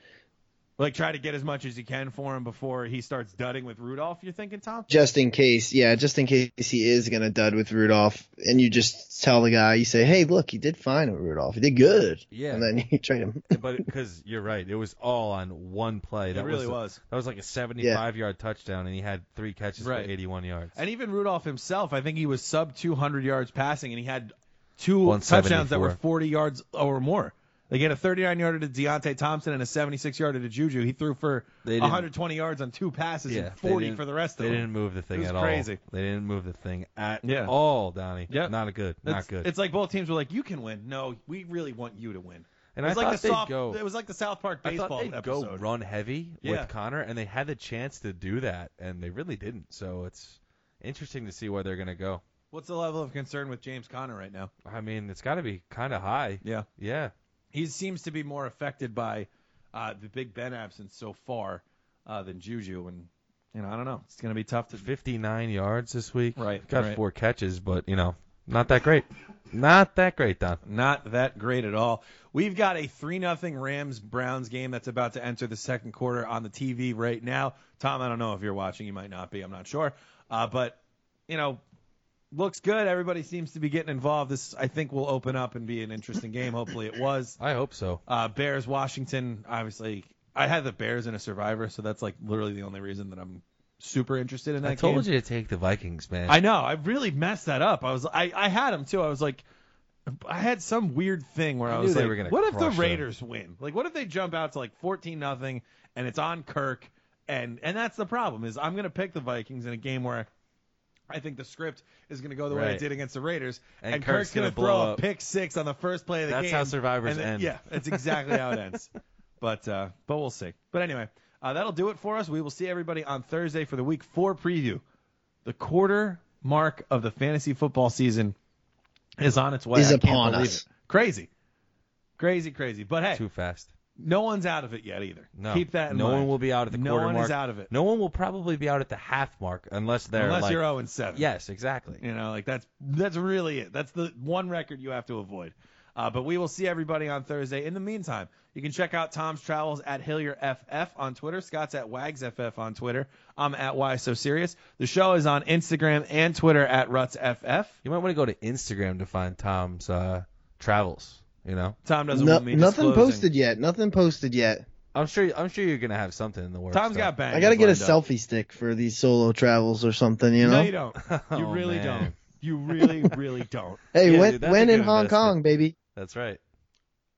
S1: like try to get as much as you can for him before he starts dudding with Rudolph. You're thinking, Tom?
S4: Just in case, yeah, just in case he is going to dud with Rudolph, and you just tell the guy, you say, hey, look, he did fine with Rudolph. He did good.
S3: Yeah.
S4: And then <laughs> you trade him.
S3: but because you're right, it was all on one play.
S1: It
S3: That
S1: really
S3: was,
S1: was.
S3: That was like a 75 yard touchdown, and he had three catches
S1: Right.
S3: for 81 yards.
S1: And even Rudolph himself, I think he was sub 200 yards passing, and he had two touchdowns that
S3: 174.
S1: were 40 yards or more. They get a 39 yarder to Deontay Thompson and a 76 yarder to Juju. He threw for
S3: They didn't-
S1: 120 yards on two passes
S3: yeah,
S1: and
S3: they
S1: 40
S3: didn't-
S1: for the rest of
S3: they
S1: them.
S3: didn't move the thing
S1: was
S3: at all.
S1: crazy.
S3: They didn't move the thing at
S1: Yeah.
S3: all, Donnie.
S1: Yep.
S3: Not a good.
S1: It's-
S3: not good.
S1: It's like both teams were like, "You can win." No, we really want you to win.
S3: and
S1: it
S3: I
S1: was like the
S3: thought they'd
S1: soft,
S3: go.
S1: It was like the South Park
S3: I thought
S1: baseball
S3: they'd
S1: episode.
S3: go run heavy
S1: Yeah.
S3: with Connor, and they had the chance to do that, and they really didn't. So it's interesting to see where they're going to go.
S1: What's the level of concern with James Conner right now?
S3: I mean, it's got to be kind of high.
S1: Yeah.
S3: Yeah.
S1: He seems to be more affected by uh, the Big Ben absence so far uh, than Juju, and you know I don't know. It's going to be tough to.
S3: 59 yards this week.
S1: Right,
S3: Got
S1: right.
S3: four catches, but you know, not that great. not that great, Don.
S1: Not that great at all. We've got a three nothing Rams Browns game that's about to enter the second quarter on the TV right now. Tom, I don't know if you're watching. You might not be. I'm not sure. Uh, but you know, looks good. Everybody seems to be getting involved. This I think will open up and be an interesting game. Hopefully it was.
S3: I hope so.
S1: Uh, Bears, Washington, obviously. I had the Bears in a survivor, so that's like literally the only reason that I'm super interested in that
S3: I told
S1: game.
S3: you to take the Vikings, man.
S1: I know. I really messed that up. I was I, I had them too. I was like I had some weird thing where I,
S3: I knew
S1: was
S3: they
S1: like
S3: were gonna
S1: what if the
S3: crush them."
S1: Raiders win? Like what if they jump out to like 14 nothing and it's on Kirk and and that's the problem is I'm going to pick the Vikings in a game where I think the script is going to go the way
S3: Right.
S1: it did against the Raiders,
S3: And
S1: Kirk's,
S3: Kirk's
S1: going to
S3: gonna blow
S1: throw a
S3: up.
S1: pick six on the first play of the
S3: That's
S1: game.
S3: how survivors
S1: and then-
S3: end.
S1: Yeah, that's exactly how it
S3: <laughs>
S1: ends. But uh, but we'll see. But anyway, uh, that'll do it for us. We will see everybody on Thursday for the Week Four preview. The quarter mark of the fantasy football season is on its way.
S4: Is
S1: I can't
S4: upon
S1: believe
S4: us.
S1: it. Crazy, crazy, crazy. But hey,
S3: Too fast.
S1: No one's out of it yet either.
S3: No,
S1: Keep that in
S3: no
S1: mind.
S3: one will be out at the
S1: No
S3: quarter
S1: one
S3: mark.
S1: is out of it.
S3: No one will probably be out at the half mark unless they're
S1: unless
S3: like,
S1: you're 0 and 7.
S3: yes, exactly.
S1: You know, like that's that's really it. That's the one record you have to avoid. Uh, but we will see everybody on Thursday. In the meantime, you can check out Tom's Travels at Hillier FF on Twitter. Scott's at Wags FF on Twitter. I'm at Why So Serious. The show is on Instagram and Twitter at Ruts FF.
S3: You might want to go to Instagram to find Tom's uh, travels. You know,
S1: Tom doesn't
S4: No-
S1: want me
S4: nothing
S1: disclosing.
S4: posted yet. Nothing posted yet.
S3: I'm sure. I'm sure you're gonna have something in the works.
S1: Tom's
S3: though.
S1: got bang.
S4: I gotta get a selfie stick for these solo travels or something. You know.
S1: No, you don't. You
S3: <laughs> <laughs> Oh,
S1: really
S3: man.
S1: don't.
S3: <laughs>
S1: You really, really don't.
S4: hey,
S3: Yeah,
S4: when
S3: dude, that's
S4: when
S3: a
S4: in
S3: good
S4: Hong
S3: investment.
S4: Kong, baby?
S3: That's right.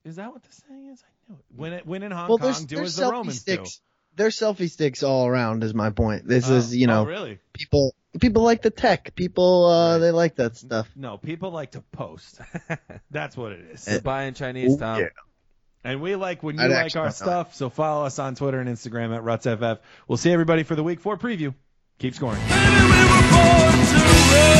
S1: Is that what the saying is? I knew it. When, it, when in Hong
S4: well,
S1: Kong,
S4: there's
S1: do
S4: there's
S1: as the
S4: selfie
S1: Romans
S4: sticks.
S1: do.
S4: There's selfie sticks all around. Is my point. This
S1: Oh,
S4: is you know
S1: oh, really?
S4: people people like the tech. People uh
S1: Right.
S4: they like that stuff.
S1: No, people like to
S3: <laughs>
S1: post. That's what it is.
S4: Eh.
S3: Buying Chinese, Tom.
S4: Yeah.
S1: And we like when you
S4: I'd
S1: like
S4: actually
S1: our
S4: not.
S1: stuff, so follow us on Twitter and Instagram at RutsFF. We'll see everybody for the week four preview. Keep scoring.
S6: Baby, we were born to run.